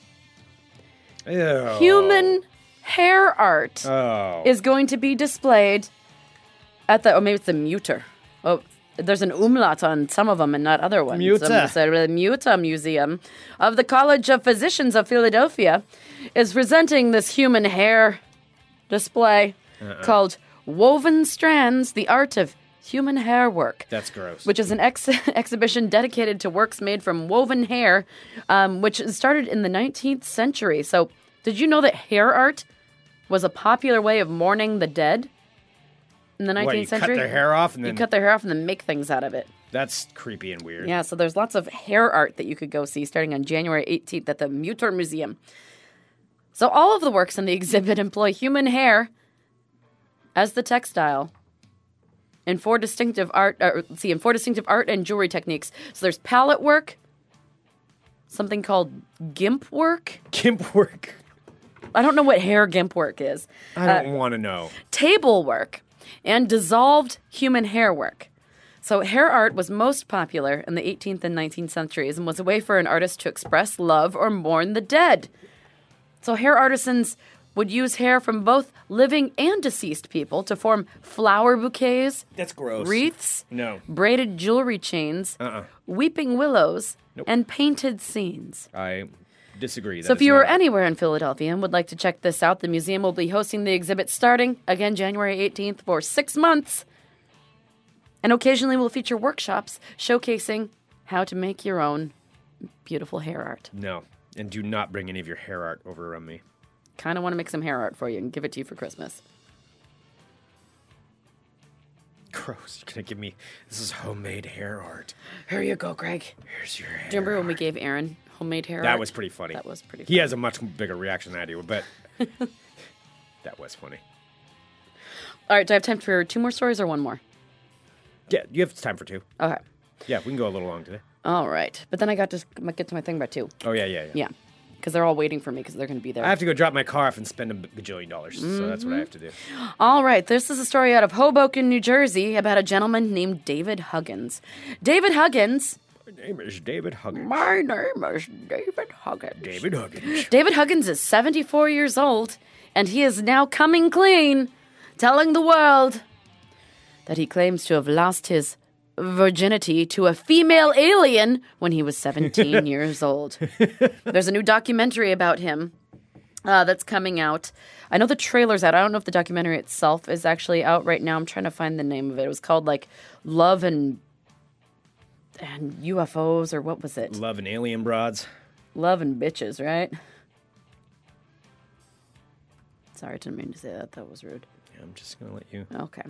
[SPEAKER 4] Ew.
[SPEAKER 5] Human hair art
[SPEAKER 4] Oh.
[SPEAKER 5] is going to be displayed at the, or maybe it's the Muter. Oh, there's an umlaut on some of them and not other ones.
[SPEAKER 4] Muta.
[SPEAKER 5] Um, so the Muta Museum of the College of Physicians of Philadelphia is presenting this human hair display called Woven Strands: The Art of Human Hair Work
[SPEAKER 4] That's gross.
[SPEAKER 5] which is an ex- exhibition dedicated to works made from woven hair, um, which started in the 19th century. So, did you know that hair art was a popular way of mourning the dead in the 19th
[SPEAKER 4] what, you
[SPEAKER 5] century?
[SPEAKER 4] cut their hair off and
[SPEAKER 5] You
[SPEAKER 4] then
[SPEAKER 5] cut their hair off and then make things out of it.
[SPEAKER 4] that's creepy and weird.
[SPEAKER 5] Yeah, so there's lots of hair art that you could go see starting on January 18th at the Mutor Museum. So all of the works in the exhibit employ human hair as the textile in four distinctive art or, let's see in four distinctive art and jewelry techniques. So there's palette work, something called gimp work.
[SPEAKER 4] Gimp work.
[SPEAKER 5] I don't know what hair gimp work is.
[SPEAKER 4] I
[SPEAKER 5] Uh,
[SPEAKER 4] don't want to know.
[SPEAKER 5] table work, and dissolved human hair work. So, hair art was most popular in the 18th and 19th centuries and was a way for an artist to express love or mourn the dead. So, hair artisans would use hair from both living and deceased people to form flower bouquets,
[SPEAKER 4] That's gross.
[SPEAKER 5] wreaths,
[SPEAKER 4] No.
[SPEAKER 5] braided jewelry chains, weeping willows, and painted scenes.
[SPEAKER 4] I disagree.
[SPEAKER 5] So if you are anywhere in Philadelphia and would like to check this out, the museum will be hosting the exhibit starting again January 18th for six months. And occasionally will feature workshops showcasing how to make your own beautiful hair art.
[SPEAKER 4] No. And do not bring any of your hair art over on me.
[SPEAKER 5] Kind of want to make some hair art for you and give it to you for Christmas.
[SPEAKER 4] Gross. You're going to give me. This is homemade hair art.
[SPEAKER 5] Here you go, Greg.
[SPEAKER 4] Here's your hair.
[SPEAKER 5] Do you remember when we gave Aaron homemade hair art?
[SPEAKER 4] That was pretty funny.
[SPEAKER 5] That was pretty
[SPEAKER 4] He has a much bigger reaction than I do, but that was funny.
[SPEAKER 5] All right, do I have time for two more stories or one more?
[SPEAKER 4] Yeah, you have time for two.
[SPEAKER 5] Okay.
[SPEAKER 4] Yeah, we can go a little long today.
[SPEAKER 5] All right. But then I got to get to my thing by two.
[SPEAKER 4] Oh, yeah, yeah, yeah.
[SPEAKER 5] Yeah. Because they're all waiting for me because they're going to be there.
[SPEAKER 4] I have to go drop my car off and spend a bajillion dollars, so that's what I have to do.
[SPEAKER 5] All right, this is a story out of Hoboken, New Jersey, about a gentleman named David Huggins. David Huggins.
[SPEAKER 4] My name is David Huggins.
[SPEAKER 5] My name is David Huggins.
[SPEAKER 4] David Huggins.
[SPEAKER 5] David Huggins is 74 years old, and he is now coming clean, telling the world that he claims to have lost his virginity to a female alien when he was 17 years old. There's a new documentary about him uh, that's coming out. I know the trailer's out. I don't know if the documentary itself is actually out right now. I'm trying to find the name of it. It was called like Love and and UFOs or what was it?
[SPEAKER 4] Love and alien broads.
[SPEAKER 5] Love and bitches, right? Sorry, I didn't mean to say that. That was rude.
[SPEAKER 4] Yeah, I'm just gonna let you.
[SPEAKER 5] Okay.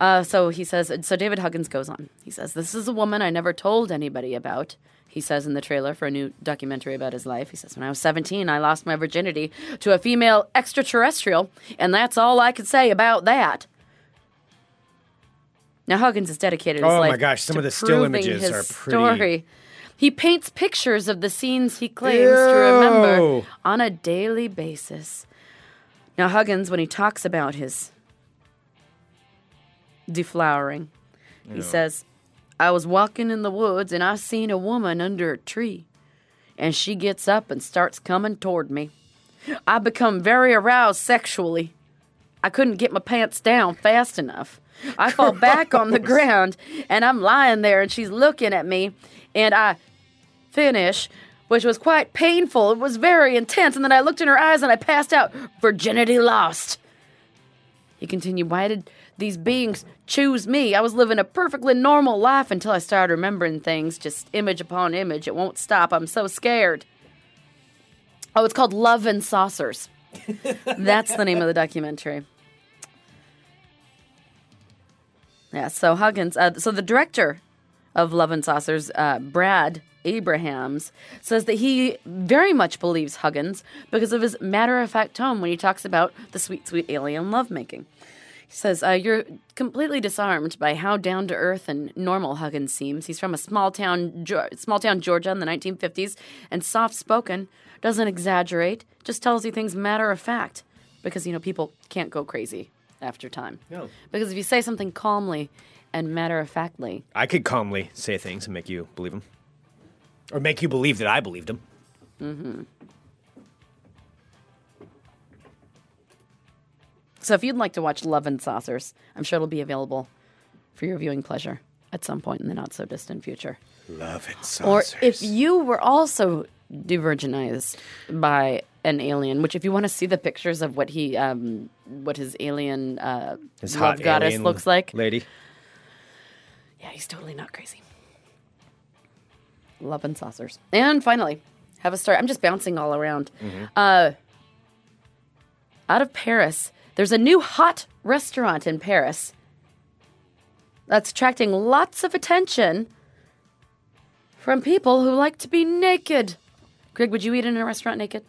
[SPEAKER 5] Uh, so he says, so David Huggins goes on. He says, This is a woman I never told anybody about. He says in the trailer for a new documentary about his life, he says, When I was 17, I lost my virginity to a female extraterrestrial, and that's all I could say about that. Now, Huggins has dedicated his
[SPEAKER 4] Oh my
[SPEAKER 5] life
[SPEAKER 4] gosh, some
[SPEAKER 5] to
[SPEAKER 4] of the still
[SPEAKER 5] proving
[SPEAKER 4] images
[SPEAKER 5] his
[SPEAKER 4] are pretty-
[SPEAKER 5] Story. He paints pictures of the scenes he claims to remember
[SPEAKER 4] Ew.
[SPEAKER 5] on a daily basis. Now, Huggins, when he talks about his deflowering, he says, I was walking in the woods and I seen a woman under a tree, and she gets up and starts coming toward me. I become very aroused sexually. I couldn't get my pants down fast enough. I fall back on the ground and I'm lying there and she's looking at me and I finish, which was quite painful. It was very intense. And then I looked in her eyes and I passed out. Virginity lost. He continued, Why did these beings choose me? I was living a perfectly normal life until I started remembering things, just image upon image. It won't stop. I'm so scared. Oh, it's called Love and Saucers. That's the name of the documentary. Yeah, so Huggins, uh, so the director of Love and Saucers, uh, Brad Abrahams, says that he very much believes Huggins because of his matter of fact tone when he talks about the sweet, sweet alien lovemaking. He says, uh, You're completely disarmed by how down to earth and normal Huggins seems. He's from a small town, Geor- small town Georgia in the 1950s and soft spoken, doesn't exaggerate, just tells you things matter of fact because, you know, people can't go crazy after time.
[SPEAKER 4] No.
[SPEAKER 5] Because if you say something calmly and matter of factly,
[SPEAKER 4] I could calmly say things and make you believe them, or make you believe that I believed them.
[SPEAKER 5] So if you'd like to watch Love and Saucers, I'm sure it'll be available for your viewing pleasure at some point in the not so distant future.
[SPEAKER 4] Love it,
[SPEAKER 5] Or
[SPEAKER 4] saucers.
[SPEAKER 5] if you were also divergenized by an alien, which if you want to see the pictures of what he, um, what his alien uh,
[SPEAKER 4] His
[SPEAKER 5] love
[SPEAKER 4] hot
[SPEAKER 5] goddess
[SPEAKER 4] alien
[SPEAKER 5] looks like,
[SPEAKER 4] Lady.
[SPEAKER 5] yeah, he's totally not crazy. Love and saucers. And finally, have a start. I'm just bouncing all around. Uh, out of Paris, there's a new hot restaurant in Paris that's attracting lots of attention from people who like to be naked. Greg, would you eat in a restaurant naked?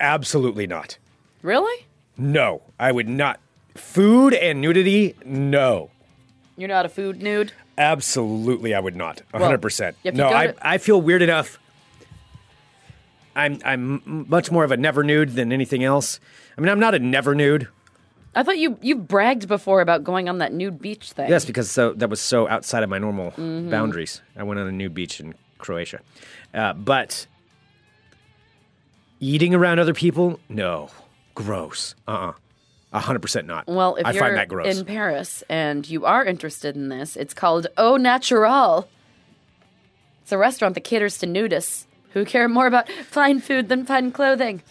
[SPEAKER 4] Absolutely not.
[SPEAKER 5] Really?
[SPEAKER 4] No, I would not. Food and nudity, no.
[SPEAKER 5] You're not a food nude?
[SPEAKER 4] Absolutely, I would not. A hundred percent.
[SPEAKER 5] if you
[SPEAKER 4] No,
[SPEAKER 5] go
[SPEAKER 4] I,
[SPEAKER 5] to-
[SPEAKER 4] I feel weird enough. I'm I'm m- much more of a never nude than anything else. I mean, I'm not a never nude.
[SPEAKER 5] I thought you you bragged before about going on that nude beach thing.
[SPEAKER 4] Yes, because so that was so outside of my normal
[SPEAKER 5] Mm-hmm.
[SPEAKER 4] boundaries. I went on a nude beach in Croatia, uh, but eating around other people, no, gross. Uh, uh a hundred percent not.
[SPEAKER 5] Well, if
[SPEAKER 4] I
[SPEAKER 5] you're
[SPEAKER 4] find that gross.
[SPEAKER 5] in Paris and you are interested in this, it's called Au Naturel. It's a restaurant that caters to nudists who care more about fine food than fine clothing.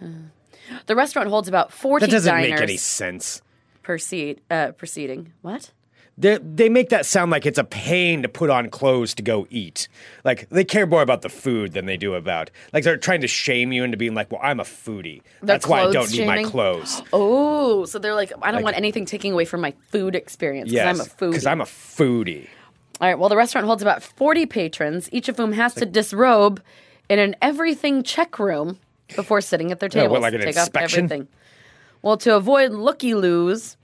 [SPEAKER 5] The restaurant holds about 40
[SPEAKER 4] that doesn't
[SPEAKER 5] diners
[SPEAKER 4] make any sense.
[SPEAKER 5] per seat uh, per seating. What?
[SPEAKER 4] They they make that sound like it's a pain to put on clothes to go eat. Like they care more about the food than they do about like they're trying to shame you into being like, well, I'm a foodie. That's why I
[SPEAKER 5] clothes
[SPEAKER 4] don't need my
[SPEAKER 5] shaming?
[SPEAKER 4] clothes.
[SPEAKER 5] Oh, so they're like, I don't want anything taking away from my food experience because I'm a food.
[SPEAKER 4] Because I'm a foodie.
[SPEAKER 5] All right. Well, the restaurant holds about 40 patrons, each of whom has to disrobe in an everything check room before sitting at their
[SPEAKER 4] Yeah,
[SPEAKER 5] tables.
[SPEAKER 4] what, like an
[SPEAKER 5] to take off
[SPEAKER 4] inspection?
[SPEAKER 5] everything. Well, to avoid looky loos,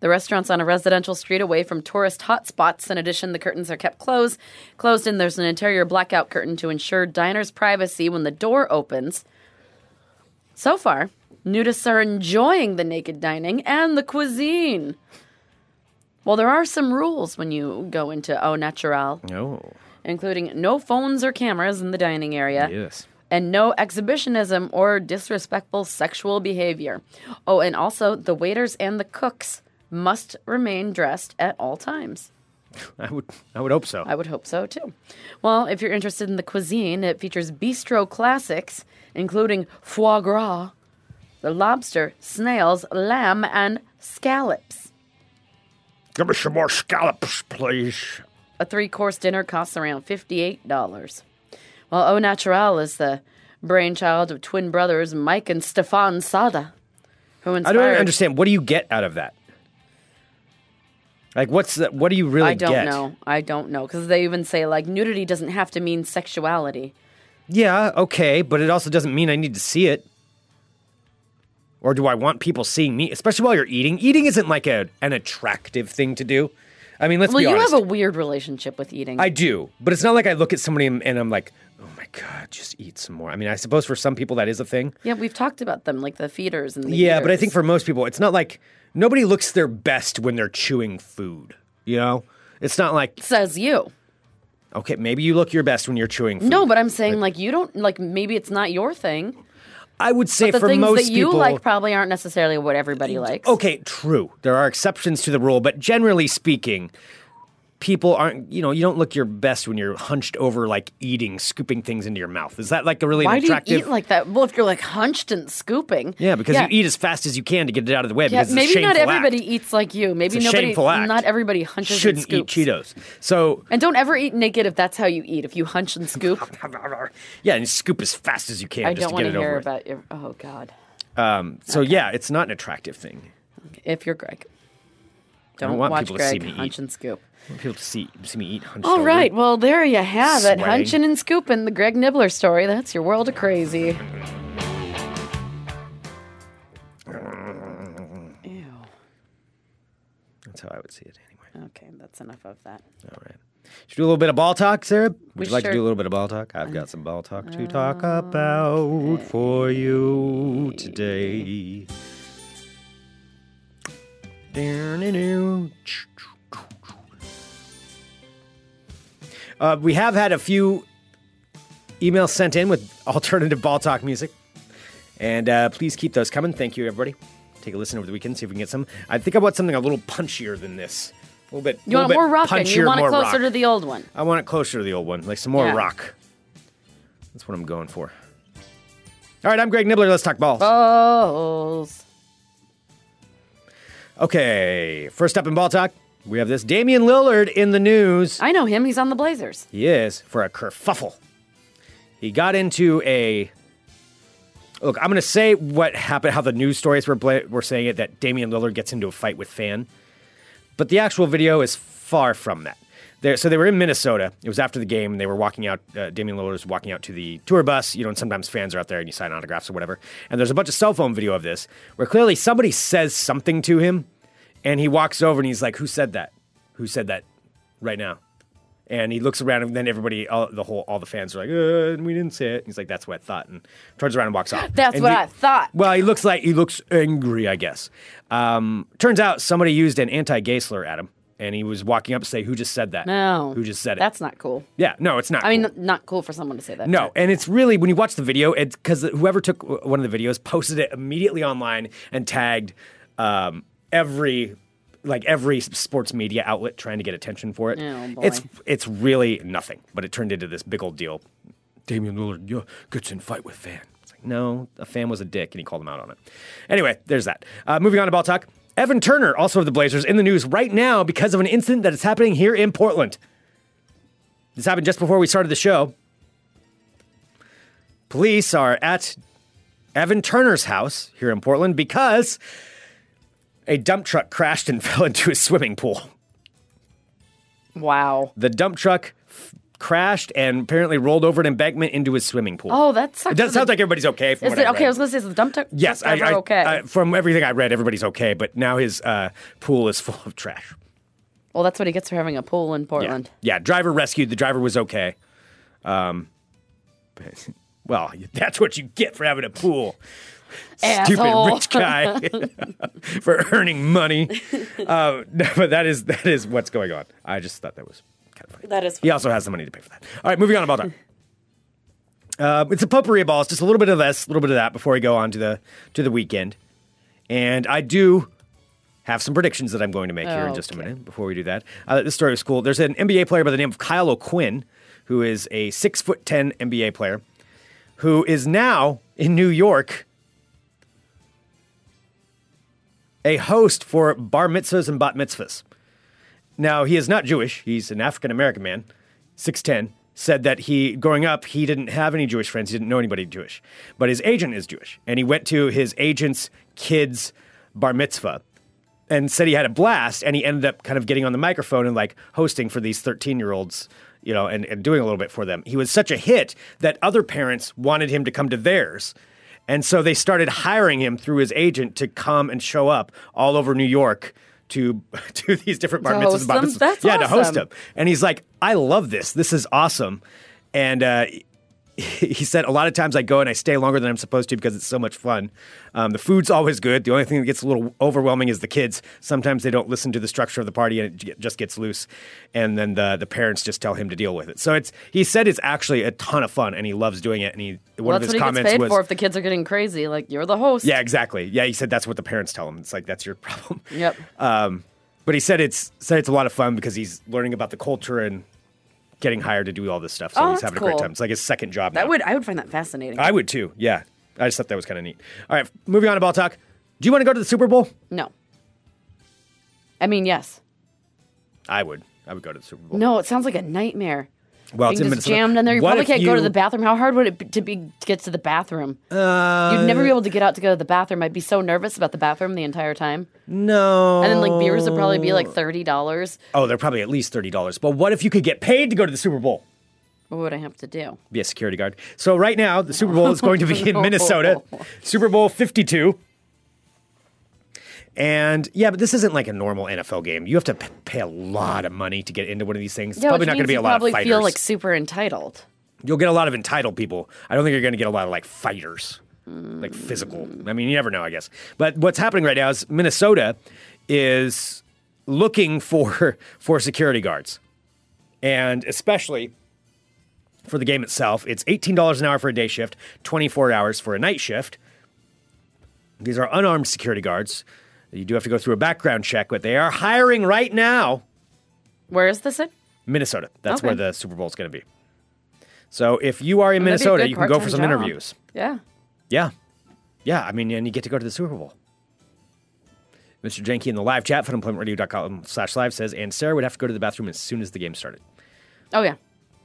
[SPEAKER 5] the restaurant's on a residential street away from tourist hotspots. In addition, the curtains are kept closed. Closed, and there's an interior blackout curtain to ensure diners' privacy when the door opens. So far, nudists are enjoying the naked dining and the cuisine. Well, there are some rules when you go into Au Naturel,
[SPEAKER 4] No.
[SPEAKER 5] including no phones or cameras in the dining area
[SPEAKER 4] Yes.
[SPEAKER 5] and no exhibitionism or disrespectful sexual behavior. Oh, and also the waiters and the cooks must remain dressed at all times.
[SPEAKER 4] I would I would hope so.
[SPEAKER 5] I would hope so too. Well, if you're interested in the cuisine, it features bistro classics, including foie gras, the lobster, snails, lamb, and scallops.
[SPEAKER 4] Give me some more scallops, please.
[SPEAKER 5] A three course dinner costs around $58. While Au Naturel is the brainchild of twin brothers Mike and Stefan Sada, who
[SPEAKER 4] I
[SPEAKER 5] inspired.
[SPEAKER 4] don't understand. What do you get out of that? Like what's the, what do you really
[SPEAKER 5] I don't
[SPEAKER 4] get?
[SPEAKER 5] know. I don't know. Because they even say, like, nudity doesn't have to mean sexuality.
[SPEAKER 4] Yeah, okay, but it also doesn't mean I need to see it. Or do I want people seeing me, especially while you're eating? Eating isn't like a, an attractive thing to do. I mean, let's
[SPEAKER 5] Well,
[SPEAKER 4] be
[SPEAKER 5] you
[SPEAKER 4] honest.
[SPEAKER 5] have a weird relationship with eating.
[SPEAKER 4] I do, but it's not like I look at somebody and, and I'm like, oh my God, just eat some more. I mean, I suppose for some people that is a thing.
[SPEAKER 5] yeah, we've talked about them, like the feeders and the.
[SPEAKER 4] Yeah, but I
[SPEAKER 5] eaters.
[SPEAKER 4] think for most people, it's not like nobody looks their best when they're chewing food, you know? It's not like,
[SPEAKER 5] Says you.
[SPEAKER 4] okay, maybe you look your best when you're chewing food.
[SPEAKER 5] No, but I'm saying, like, you don't, like, maybe it's not your thing.
[SPEAKER 4] I would say
[SPEAKER 5] The
[SPEAKER 4] for
[SPEAKER 5] things
[SPEAKER 4] most
[SPEAKER 5] that you
[SPEAKER 4] people, Oh,
[SPEAKER 5] like probably aren't necessarily what everybody likes.
[SPEAKER 4] Okay, true. There are exceptions to the rule, but generally speaking, people aren't, you know, you don't look your best when you're hunched over, like eating, scooping things into your mouth. Is that like a really
[SPEAKER 5] Why do you
[SPEAKER 4] attractive?
[SPEAKER 5] eat like that? Well, if you're like hunched and scooping.
[SPEAKER 4] yeah, because you eat as fast as you can to get it out of the way.
[SPEAKER 5] Yeah,
[SPEAKER 4] because it's a
[SPEAKER 5] maybe not
[SPEAKER 4] shameful act.
[SPEAKER 5] everybody eats like you. Maybe
[SPEAKER 4] It's a
[SPEAKER 5] nobody.
[SPEAKER 4] shameful act.
[SPEAKER 5] Not everybody hunches
[SPEAKER 4] shouldn't
[SPEAKER 5] and
[SPEAKER 4] eat
[SPEAKER 5] scoops.
[SPEAKER 4] Cheetos. So
[SPEAKER 5] And don't ever eat naked if that's how you eat. If you hunch and scoop,
[SPEAKER 4] yeah, and scoop as fast as you can
[SPEAKER 5] I
[SPEAKER 4] just
[SPEAKER 5] don't
[SPEAKER 4] to
[SPEAKER 5] want
[SPEAKER 4] get
[SPEAKER 5] to
[SPEAKER 4] it over.
[SPEAKER 5] hear
[SPEAKER 4] with.
[SPEAKER 5] about your. Oh God,
[SPEAKER 4] So yeah, it's not an attractive thing.
[SPEAKER 5] if you're Greg,
[SPEAKER 4] don't
[SPEAKER 5] don't,
[SPEAKER 4] want
[SPEAKER 5] watch
[SPEAKER 4] people to
[SPEAKER 5] Greg
[SPEAKER 4] see me
[SPEAKER 5] hunch
[SPEAKER 4] eat.
[SPEAKER 5] and scoop.
[SPEAKER 4] I want people to see see me eat hunched
[SPEAKER 5] All
[SPEAKER 4] over.
[SPEAKER 5] right, well there you have
[SPEAKER 4] Sweating.
[SPEAKER 5] it, hunching and scooping, the Greg Nibbler story. That's your world of crazy. Ew.
[SPEAKER 4] That's how I would see it anyway.
[SPEAKER 5] Okay, that's enough of that.
[SPEAKER 4] All right. Should we do a little bit of ball talk, Sarah? Would
[SPEAKER 5] We
[SPEAKER 4] you like
[SPEAKER 5] sure- Oh,
[SPEAKER 4] to do a little bit of ball talk? I've got some ball talk to talk about for you today. Uh, we have had a few emails sent in with alternative ball talk music. And uh, please keep those coming. Thank you, everybody. Take a listen over the weekend, see if we can get some. I think I want something a little punchier than this A little bit.
[SPEAKER 5] You want
[SPEAKER 4] little
[SPEAKER 5] more
[SPEAKER 4] bit
[SPEAKER 5] rock and you
[SPEAKER 4] punchier,
[SPEAKER 5] want it
[SPEAKER 4] more
[SPEAKER 5] closer
[SPEAKER 4] rock.
[SPEAKER 5] to the old one.
[SPEAKER 4] I want it closer to the old one, like some more
[SPEAKER 5] Yeah.
[SPEAKER 4] rock. That's what I'm going for. All right, I'm Greg Nibbler. Let's talk balls.
[SPEAKER 5] Balls.
[SPEAKER 4] Okay, first up in ball talk, we have this Damian Lillard in the news.
[SPEAKER 5] I know him. He's on the Blazers.
[SPEAKER 4] He is for a kerfuffle. He got into a. Look, I'm going to say what happened, how the news stories were, bla- were saying it that Damian Lillard gets into a fight with fan. But the actual video is far from that. There, so they were in Minnesota. It was after the game, and they were walking out. Uh, Damian Lillard was walking out to the tour bus. You know, and sometimes fans are out there and you sign autographs or whatever. And there's a bunch of cell phone video of this where clearly somebody says something to him, and he walks over and he's like, "Who said that? Who said that? Right now." And he looks around, and then everybody, all, the whole, all the fans are like, uh, "We didn't say it." And he's like, "That's what I thought," and turns around and walks off.
[SPEAKER 5] That's
[SPEAKER 4] And
[SPEAKER 5] what
[SPEAKER 4] the-
[SPEAKER 5] I thought.
[SPEAKER 4] Well, he looks like he looks angry, I guess. Um, turns out somebody used an anti-gay slur at him, and he was walking up to say, "Who just said that?"
[SPEAKER 5] No.
[SPEAKER 4] who just said it?
[SPEAKER 5] That's not cool.
[SPEAKER 4] yeah, no, it's not.
[SPEAKER 5] I mean,
[SPEAKER 4] cool.
[SPEAKER 5] not cool for someone to say that.
[SPEAKER 4] no, and it's really when you watch the video, it's because whoever took w- one of the videos posted it immediately online and tagged um, every like every sports media outlet trying to get attention for it.
[SPEAKER 5] Oh, boy.
[SPEAKER 4] It's it's really nothing, but it turned into this big old deal. Damian Lillard yeah, gets in fight with fan. It's like, no, a fan was a dick, and he called him out on it. Anyway, there's that. Uh, moving on to ball talk. Evan Turner, also of the Blazers, in the news right now because of an incident that is happening here in Portland. This happened just before we started the show. Police are at Evan Turner's house here in Portland because a dump truck crashed and fell into a swimming pool
[SPEAKER 5] Wow.
[SPEAKER 4] the dump truck f- crashed and apparently rolled over an embankment into his swimming pool.
[SPEAKER 5] Oh, that sucks.
[SPEAKER 4] it does
[SPEAKER 5] for the-
[SPEAKER 4] sound like everybody's okay. From
[SPEAKER 5] Is
[SPEAKER 4] what
[SPEAKER 5] it
[SPEAKER 4] I read.
[SPEAKER 5] okay? I was gonna say is the dump truck.
[SPEAKER 4] yes,
[SPEAKER 5] truck
[SPEAKER 4] I,
[SPEAKER 5] driver
[SPEAKER 4] I-
[SPEAKER 5] okay.
[SPEAKER 4] I- from everything I read, everybody's okay. But now his uh, pool is full of trash.
[SPEAKER 5] well, that's what he gets for having a pool in
[SPEAKER 4] Yeah,
[SPEAKER 5] Portland.
[SPEAKER 4] yeah. Driver rescued. The driver was okay. Um, but- well, that's what you get for having a pool.
[SPEAKER 5] Asshole.
[SPEAKER 4] Stupid rich guy for earning money. Uh, no, but that is that is what's going on. I just thought that was kind of funny.
[SPEAKER 5] That is.
[SPEAKER 4] He also has the money to pay for that. All right, moving on about that. Uh, it's a potpourri of balls, just a little bit of this, a little bit of that before we go on to the to the weekend. And I do have some predictions that I'm going to make here in just a minute. Before we do that, uh, this story was cool. There's an NBA player by the name of Kyle O'Quinn, who is a six foot ten NBA player, who is now in New York, a host for bar mitzvahs and bat mitzvahs. Now, he is not Jewish. He's an African American man, 6'10, said that he, growing up, he didn't have any Jewish friends. He didn't know anybody Jewish. But his agent is Jewish. And he went to his agent's kid's bar mitzvah and said he had a blast. And he ended up kind of getting on the microphone and like hosting for these 13 year olds, you know, and, and doing a little bit for them. He was such a hit that other parents wanted him to come to theirs. And so they started hiring him through his agent to come and show up all over New York to to these different bar
[SPEAKER 5] To
[SPEAKER 4] mitzvahs.
[SPEAKER 5] host
[SPEAKER 4] and bat
[SPEAKER 5] them?
[SPEAKER 4] mitzvahs.
[SPEAKER 5] That's
[SPEAKER 4] yeah, to host
[SPEAKER 5] awesome.
[SPEAKER 4] him. And he's like, I love this. This is awesome. And uh, he said, a lot of times I go and I stay longer than I'm supposed to because it's so much fun. Um, the food's always good. The only thing that gets a little overwhelming is the kids. Sometimes they don't listen to the structure of the party and it j- just gets loose. And then the, the parents just tell him to deal with it. So it's he said it's actually a ton of fun and he loves doing it. And he one
[SPEAKER 5] Well,
[SPEAKER 4] of
[SPEAKER 5] that's
[SPEAKER 4] his
[SPEAKER 5] what he gets
[SPEAKER 4] comments
[SPEAKER 5] paid
[SPEAKER 4] was
[SPEAKER 5] for if the kids are getting crazy. Like you're the host.
[SPEAKER 4] yeah, exactly. Yeah, he said that's what the parents tell him. It's like that's your problem.
[SPEAKER 5] Yep.
[SPEAKER 4] Uh, But he said it's said it's a lot of fun because he's learning about the culture and getting hired to do all this stuff. So
[SPEAKER 5] Oh,
[SPEAKER 4] he's
[SPEAKER 5] that's
[SPEAKER 4] having a great
[SPEAKER 5] cool.
[SPEAKER 4] time. It's like his second job.
[SPEAKER 5] that
[SPEAKER 4] now.
[SPEAKER 5] would I would find that fascinating.
[SPEAKER 4] I would too. Yeah, I just thought that was kind of neat. All right, moving on to ball talk. Do you want to go to the Super Bowl?
[SPEAKER 5] no. I mean, yes.
[SPEAKER 4] I would. I would go to the Super Bowl.
[SPEAKER 5] No, it sounds like a nightmare.
[SPEAKER 4] well,
[SPEAKER 5] Being just jammed in there. You
[SPEAKER 4] What
[SPEAKER 5] probably
[SPEAKER 4] if
[SPEAKER 5] can't go to the
[SPEAKER 4] you-
[SPEAKER 5] bathroom. How hard would it be to be to get to the bathroom?
[SPEAKER 4] Uh,
[SPEAKER 5] You'd never be able to get out to go to the bathroom. I'd be so nervous about the bathroom the entire time.
[SPEAKER 4] no.
[SPEAKER 5] And then like beers would probably be like thirty dollars.
[SPEAKER 4] Oh, they're probably at least thirty dollars. But what if you could get paid to go to the Super Bowl?
[SPEAKER 5] What would I have to do?
[SPEAKER 4] Be a security guard. So right now, the Super Bowl is going to be in
[SPEAKER 5] No.
[SPEAKER 4] Minnesota. Super Bowl Fifty Two. And yeah, but this isn't like a normal NFL game. You have to p- pay a lot of money to get into one of these things. It's probably
[SPEAKER 5] which
[SPEAKER 4] not going to
[SPEAKER 5] means
[SPEAKER 4] be a
[SPEAKER 5] you
[SPEAKER 4] lot of
[SPEAKER 5] probably
[SPEAKER 4] fighters.
[SPEAKER 5] feel like super entitled.
[SPEAKER 4] You'll get a lot of entitled people. I don't think you're going to get a lot of like fighters, like physical. I mean, you never know, I guess. But what's happening right now is Minnesota is looking for for security guards, and especially for the game itself, it's eighteen dollars an hour for a day shift, twenty four hours for a night shift. These are unarmed security guards. You do have to go through a background check, but they are hiring right now
[SPEAKER 5] Where is this in?
[SPEAKER 4] Minnesota. That's
[SPEAKER 5] Okay.
[SPEAKER 4] where the Super Bowl is going to be. So if you are in
[SPEAKER 5] That'd be a
[SPEAKER 4] Minnesota,
[SPEAKER 5] good
[SPEAKER 4] you can go for
[SPEAKER 5] part-time
[SPEAKER 4] some
[SPEAKER 5] job.
[SPEAKER 4] interviews.
[SPEAKER 5] Yeah.
[SPEAKER 4] Yeah. Yeah. I mean, and you get to go to the Super Bowl. Mr. Janke in the live chat, funemploymentradio.com slash live says, and Sarah would have to go to the bathroom as soon as the game started.
[SPEAKER 5] Oh yeah. That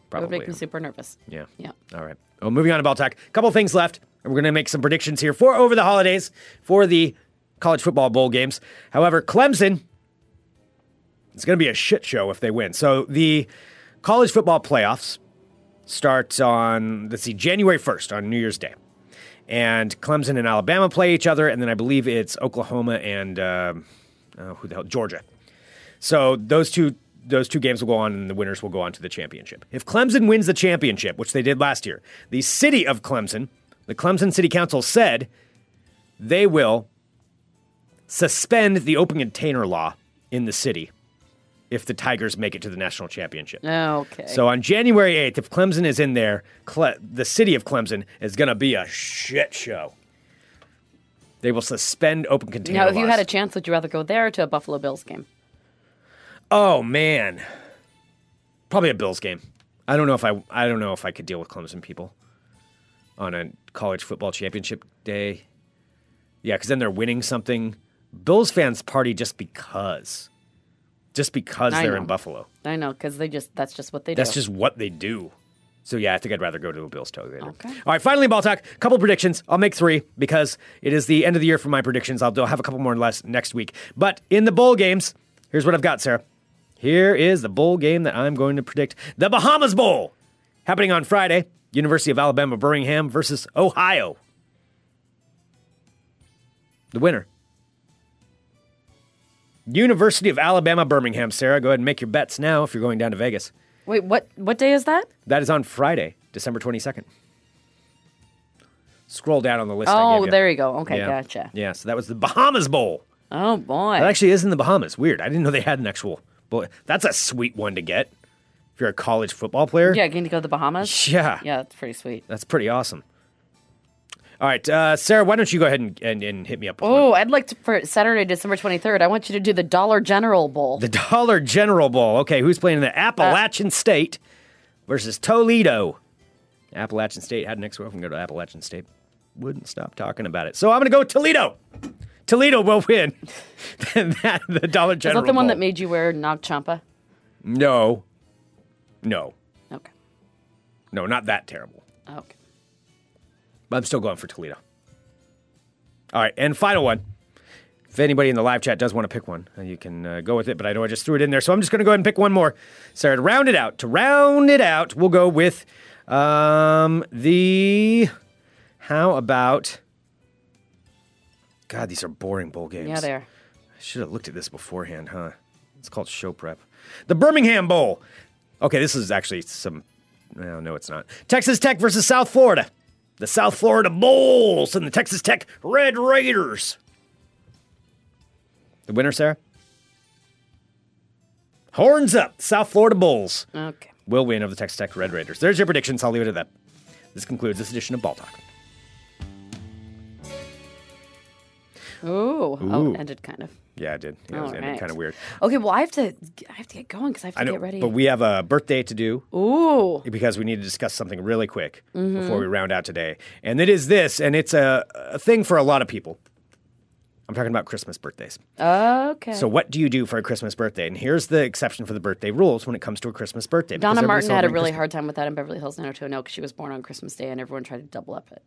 [SPEAKER 4] Probably.
[SPEAKER 5] would make me super nervous.
[SPEAKER 4] Yeah.
[SPEAKER 5] Yeah.
[SPEAKER 4] All right. Well, moving on to ball talk. A couple things left. and We're going to make some predictions here for over the holidays for the college football bowl games. However, Clemson, it's going to be a shit show if they win. So the college football playoffs start on, let's see, January 1st on New Year's Day. And Clemson and Alabama play each other. And then I believe it's Oklahoma and um uh, who the hell? Georgia. So those two those two games will go on, and the winners will go on to the championship. If Clemson wins the championship, which they did last year, the city of Clemson, the Clemson City Council said they will suspend the open container law in the city if the Tigers make it to the national championship.
[SPEAKER 5] Okay.
[SPEAKER 4] So on January 8th, if Clemson is in there, Cle- the city of Clemson is going to be a shit show. They will suspend open container
[SPEAKER 5] now, if you had
[SPEAKER 4] laws.
[SPEAKER 5] a chance, would you rather go there or to a Buffalo Bills game?
[SPEAKER 4] Oh man, probably a Bills game. I don't know if I I don't know if I could deal with Clemson people on a college football championship day. Yeah, because then they're winning something. Bills fans party just because, just because
[SPEAKER 5] I
[SPEAKER 4] they're
[SPEAKER 5] know.
[SPEAKER 4] in Buffalo.
[SPEAKER 5] I know because they just that's just what they
[SPEAKER 4] That's
[SPEAKER 5] do.
[SPEAKER 4] just what they do. So yeah, I think I'd rather go to a Bills tailgater.
[SPEAKER 5] Okay.
[SPEAKER 4] All right, finally, ball talk. Couple predictions. I'll make three because it is the end of the year for my predictions. I'll do- I'll have a couple more less next week. But in the bowl games, here's what I've got, Sarah. Here is the bowl game that I'm going to predict: the Bahamas Bowl, happening on Friday. University of Alabama Birmingham versus Ohio. The winner. University of Alabama Birmingham. Sarah, go ahead and make your bets now if you're going down to Vegas.
[SPEAKER 5] Wait, what? What day is that?
[SPEAKER 4] That is on Friday, December 22nd. Scroll down on the list. I
[SPEAKER 5] Oh,
[SPEAKER 4] gave you.
[SPEAKER 5] there you go. Okay,
[SPEAKER 4] yeah.
[SPEAKER 5] gotcha.
[SPEAKER 4] Yeah, so that was the Bahamas Bowl.
[SPEAKER 5] Oh boy.
[SPEAKER 4] That actually is in the Bahamas. Weird. I didn't know they had an actual bowl. That's a sweet one to get if you're a college football player.
[SPEAKER 5] yeah, getting to go to the Bahamas.
[SPEAKER 4] Yeah.
[SPEAKER 5] Yeah, that's pretty sweet.
[SPEAKER 4] That's pretty awesome. All right, uh, Sarah, why don't you go ahead and, and, and hit me up with one?
[SPEAKER 5] Oh, I'd like to for Saturday, December twenty third. I want you to do the Dollar General Bowl.
[SPEAKER 4] the Dollar General Bowl. Okay, who's playing in the Appalachian
[SPEAKER 5] Uh,
[SPEAKER 4] State versus Toledo? Appalachian State had next week. I can go to Appalachian State. Wouldn't stop talking about it. So I'm going to go with Toledo. Toledo will win. Then that, the Dollar
[SPEAKER 5] is
[SPEAKER 4] General.
[SPEAKER 5] that the one
[SPEAKER 4] Bowl.
[SPEAKER 5] that made you wear Nog Champa?
[SPEAKER 4] No, no,
[SPEAKER 5] Okay.
[SPEAKER 4] no, not that terrible.
[SPEAKER 5] Okay.
[SPEAKER 4] But I'm still going for Toledo. All right, and final one. If anybody in the live chat does want to pick one, uh, you can uh, go with it. But I know I just threw it in there, so I'm just going to go ahead and pick one more. Sarah, to round it out, to round it out, we'll go with um, the. How about? God, these are boring bowl games.
[SPEAKER 5] Yeah, there.
[SPEAKER 4] Should have looked at this beforehand, huh? It's called show prep. The Birmingham Bowl. Okay, this is actually some. Well, no, it's not. Texas Tech versus South Florida. The South Florida Bulls and the Texas Tech Red Raiders. The winner, Sarah? Horns up, South Florida Bulls
[SPEAKER 5] Okay.
[SPEAKER 4] will win over the Texas Tech Red Raiders. There's your predictions. I'll leave it at that. This concludes this edition of Ball Talk.
[SPEAKER 5] Ooh. Oh,
[SPEAKER 4] Ooh.
[SPEAKER 5] ended kind of.
[SPEAKER 4] Yeah, I did. Yeah, it was
[SPEAKER 5] All right.
[SPEAKER 4] kind of weird.
[SPEAKER 5] Okay, well, I have to. I have to get going because I have to
[SPEAKER 4] I know,
[SPEAKER 5] get ready.
[SPEAKER 4] but we have a birthday to do.
[SPEAKER 5] Ooh.
[SPEAKER 4] because we need to discuss something really quick
[SPEAKER 5] Mm-hmm.
[SPEAKER 4] before we round out today. And it is this, and it's a, a thing for a lot of people. I'm talking about Christmas birthdays.
[SPEAKER 5] Okay.
[SPEAKER 4] So, what do you do for a Christmas birthday? And here's the exception for the birthday rules when it comes to a Christmas birthday. because
[SPEAKER 5] Donna
[SPEAKER 4] everybody's
[SPEAKER 5] Martin had a
[SPEAKER 4] celebrating
[SPEAKER 5] really
[SPEAKER 4] Christmas.
[SPEAKER 5] hard time with that in Beverly Hills 90210 because she was born on Christmas Day and everyone tried to double up it.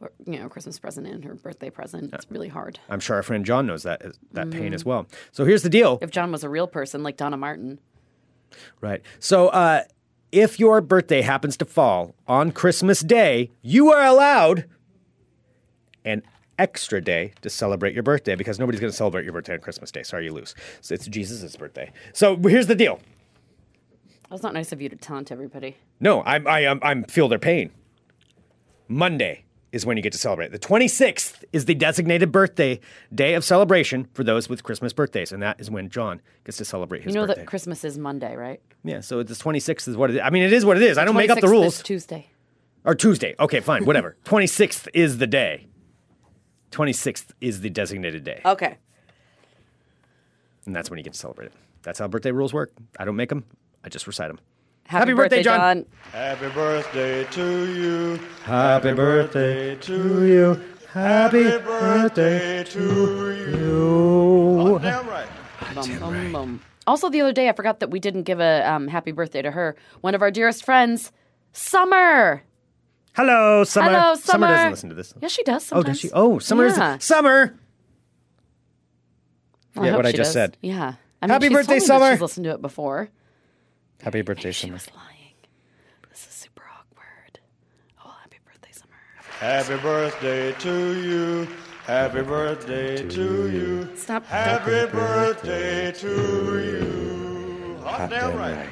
[SPEAKER 5] Or, you know, Christmas present and her birthday present. It's really hard.
[SPEAKER 4] I'm sure our friend John knows that that pain as well. So here's the deal,
[SPEAKER 5] Mm-hmm. If John was a real person like Donna Martin,
[SPEAKER 4] right? So uh, if your birthday happens to fall on Christmas Day, you are allowed an extra day to celebrate your birthday because nobody's going to celebrate your birthday on Christmas Day. Sorry, you lose. So it's Jesus' birthday. So here's the deal.
[SPEAKER 5] that's not nice of you to taunt everybody.
[SPEAKER 4] No, I'm I am I'm feel their pain. Monday is when you get to celebrate. The 26th is the designated birthday day of celebration for those with Christmas birthdays, and that is when John gets to celebrate his
[SPEAKER 5] You know
[SPEAKER 4] birthday.
[SPEAKER 5] that Christmas is Monday, right?
[SPEAKER 4] yeah, so the 26th is what it is. I mean, it is what it is. I don't make up the
[SPEAKER 5] 26th is
[SPEAKER 4] rules.
[SPEAKER 5] Tuesday.
[SPEAKER 4] or Tuesday. Okay, fine, whatever. 26th is the day. 26th is the designated day,
[SPEAKER 5] Okay.
[SPEAKER 4] and that's when you get to celebrate it. That's how birthday rules work. I don't make them. I just recite them.
[SPEAKER 5] Happy,
[SPEAKER 4] birthday, John.
[SPEAKER 7] Happy birthday to you.
[SPEAKER 4] Happy birthday to you. Happy
[SPEAKER 7] Birthday to you.
[SPEAKER 4] you.
[SPEAKER 7] Damn right.
[SPEAKER 5] Bum, bum, bum. Also, the other day, I forgot that we didn't give a um, happy birthday to her. One of our dearest friends, Summer.
[SPEAKER 4] Hello, Summer.
[SPEAKER 5] Hello,
[SPEAKER 4] Summer
[SPEAKER 5] Summer.
[SPEAKER 4] doesn't listen to this.
[SPEAKER 5] Yes, she does.
[SPEAKER 4] Oh,
[SPEAKER 5] Sometimes.
[SPEAKER 4] does she? Oh, Summer
[SPEAKER 5] Yeah.
[SPEAKER 4] is Summer.
[SPEAKER 5] Well,
[SPEAKER 4] Yeah,
[SPEAKER 5] hope
[SPEAKER 4] what I
[SPEAKER 5] she
[SPEAKER 4] just
[SPEAKER 5] does.
[SPEAKER 4] said.
[SPEAKER 5] Yeah. I
[SPEAKER 4] Happy
[SPEAKER 5] she's told
[SPEAKER 4] birthday,
[SPEAKER 5] me that
[SPEAKER 4] Summer.
[SPEAKER 5] She's listened to it before.
[SPEAKER 4] Happy birthday,
[SPEAKER 5] She
[SPEAKER 4] Summer.
[SPEAKER 5] was lying. This is super awkward. Oh, happy birthday, Summer.
[SPEAKER 7] Happy birthday to you. Happy birthday to you.
[SPEAKER 5] Stop.
[SPEAKER 7] Happy birthday to you. Hot damn right.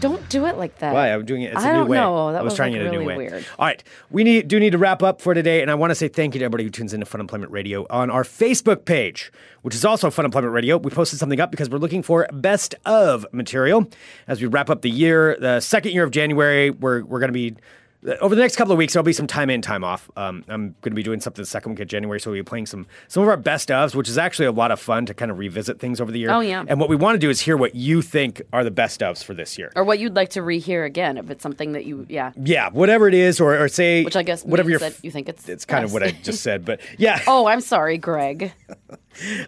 [SPEAKER 5] Don't do it like that.
[SPEAKER 4] Why? I'm doing it. It's a
[SPEAKER 5] I
[SPEAKER 4] new
[SPEAKER 5] don't
[SPEAKER 4] way.
[SPEAKER 5] know. That
[SPEAKER 4] I was,
[SPEAKER 5] was,
[SPEAKER 4] trying
[SPEAKER 5] like,
[SPEAKER 4] it a new
[SPEAKER 5] really
[SPEAKER 4] way.
[SPEAKER 5] weird.
[SPEAKER 4] All right, we need do need to wrap up for today, and I want to say thank you to everybody who tunes into Fun Employment Radio on our Facebook page, which is also Fun Employment Radio. We posted something up because we're looking for best of material as we wrap up the year, the second year of January. We're we're going to be. Over the next couple of weeks, there'll be some time in, time off. Um, I'm going to be doing something the second week of January, so we'll be playing some some of our best ofs, which is actually a lot of fun to kind of revisit things over the year.
[SPEAKER 5] Oh, yeah.
[SPEAKER 4] And what we want to do is hear what you think are the best ofs for this year.
[SPEAKER 5] Or what you'd like to rehear again, if it's something that you, yeah.
[SPEAKER 4] Yeah, whatever it is, or, or say
[SPEAKER 5] Which I guess
[SPEAKER 4] whatever
[SPEAKER 5] means
[SPEAKER 4] your
[SPEAKER 5] that you think it's
[SPEAKER 4] it's kind of
[SPEAKER 5] best.
[SPEAKER 4] what I just said, but yeah,
[SPEAKER 5] Oh, I'm sorry, Greg.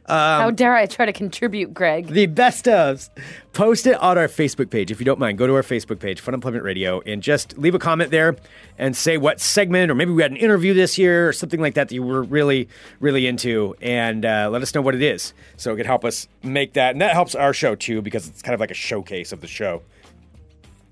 [SPEAKER 5] How dare I try to contribute, Greg?
[SPEAKER 4] Um, the best ofs. Post it on our Facebook page if you don't mind. Go to our Facebook page, Fun Employment Radio, and just leave a comment there and say what segment, or maybe we had an interview this year or something like that that you were really, really into, and uh, let us know what it is, so it can help us make that, and that helps our show too because it's kind of like a showcase of the show.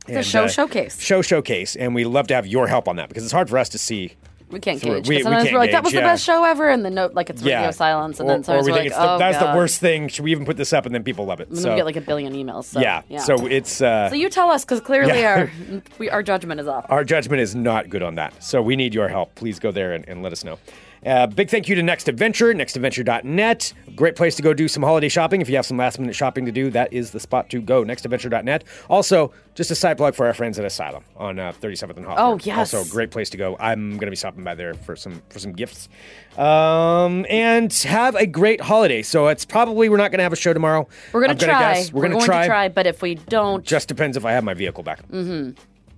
[SPEAKER 4] uh,
[SPEAKER 5] The show showcase.
[SPEAKER 4] Show showcase, and we love to have your help on that because it's hard for us to see
[SPEAKER 5] We can't
[SPEAKER 4] Through it.
[SPEAKER 5] gauge. 'cause
[SPEAKER 4] We- we
[SPEAKER 5] sometimes
[SPEAKER 4] can't
[SPEAKER 5] are like,
[SPEAKER 4] gauge,
[SPEAKER 5] that was
[SPEAKER 4] yeah.
[SPEAKER 5] the best show ever, and then no, like it's radio silence, and
[SPEAKER 4] or,
[SPEAKER 5] then sometimes
[SPEAKER 4] or we
[SPEAKER 5] we're
[SPEAKER 4] think it's
[SPEAKER 5] like,
[SPEAKER 4] the,
[SPEAKER 5] oh,
[SPEAKER 4] that's
[SPEAKER 5] God."
[SPEAKER 4] the worst thing. Should we even put this up? And then people love it.
[SPEAKER 5] And then
[SPEAKER 4] so
[SPEAKER 5] we get like a billion emails. So,
[SPEAKER 4] yeah. so it's uh,
[SPEAKER 5] So you tell us, because clearly
[SPEAKER 4] Yeah.
[SPEAKER 5] our we, our judgment is off.
[SPEAKER 4] our judgment is not good on that. So we need your help. Please go there and, and let us know. Uh, big thank you to Next Adventure, nextadventure.net. Great place to go do some holiday shopping. If you have some last minute shopping to do, that is the spot to go, nextadventure.net. Also, just a side plug for our friends at Asylum on uh, 37th and Hoffman.
[SPEAKER 5] Oh, yes.
[SPEAKER 4] Also, a great place to go. I'm going to be stopping by there for some for some gifts. Um, and have a great holiday. So it's probably, we're not going to have a show tomorrow.
[SPEAKER 5] We're gonna
[SPEAKER 4] I'm gonna
[SPEAKER 5] try.
[SPEAKER 4] guess. We're,
[SPEAKER 5] We're
[SPEAKER 4] gonna
[SPEAKER 5] going
[SPEAKER 4] try.
[SPEAKER 5] to try, but if we don't,
[SPEAKER 4] Just depends if I have my vehicle back. Mm-hmm.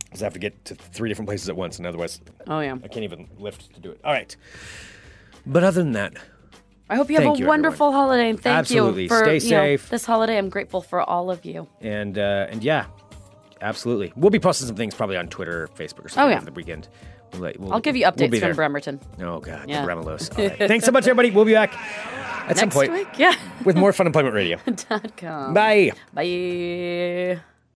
[SPEAKER 4] Because I have to get to three different places at once, and otherwise,
[SPEAKER 5] oh yeah.
[SPEAKER 4] I can't even lift to do it. All right. But other than that,
[SPEAKER 5] I hope you have
[SPEAKER 4] Thank
[SPEAKER 5] a
[SPEAKER 4] you, everyone.
[SPEAKER 5] wonderful holiday, and thank
[SPEAKER 4] Absolutely.
[SPEAKER 5] you for
[SPEAKER 4] Stay
[SPEAKER 5] you know,
[SPEAKER 4] safe.
[SPEAKER 5] this holiday. I'm grateful for all of you.
[SPEAKER 4] and uh, and yeah, absolutely. We'll be posting some things probably on Twitter or Facebook or something
[SPEAKER 5] Oh, yeah.
[SPEAKER 4] over the weekend. We'll let- we'll-
[SPEAKER 5] I'll give you
[SPEAKER 4] we'll
[SPEAKER 5] updates
[SPEAKER 4] be
[SPEAKER 5] from
[SPEAKER 4] there.
[SPEAKER 5] Bremerton
[SPEAKER 4] Oh, God.
[SPEAKER 5] Yeah.
[SPEAKER 4] Bremelos. All right. Thanks so much, everybody. We'll be back at some
[SPEAKER 5] next
[SPEAKER 4] point
[SPEAKER 5] week. Yeah.
[SPEAKER 4] with more Fun Employment Radio.
[SPEAKER 5] Dot com.
[SPEAKER 4] Bye.
[SPEAKER 5] Bye.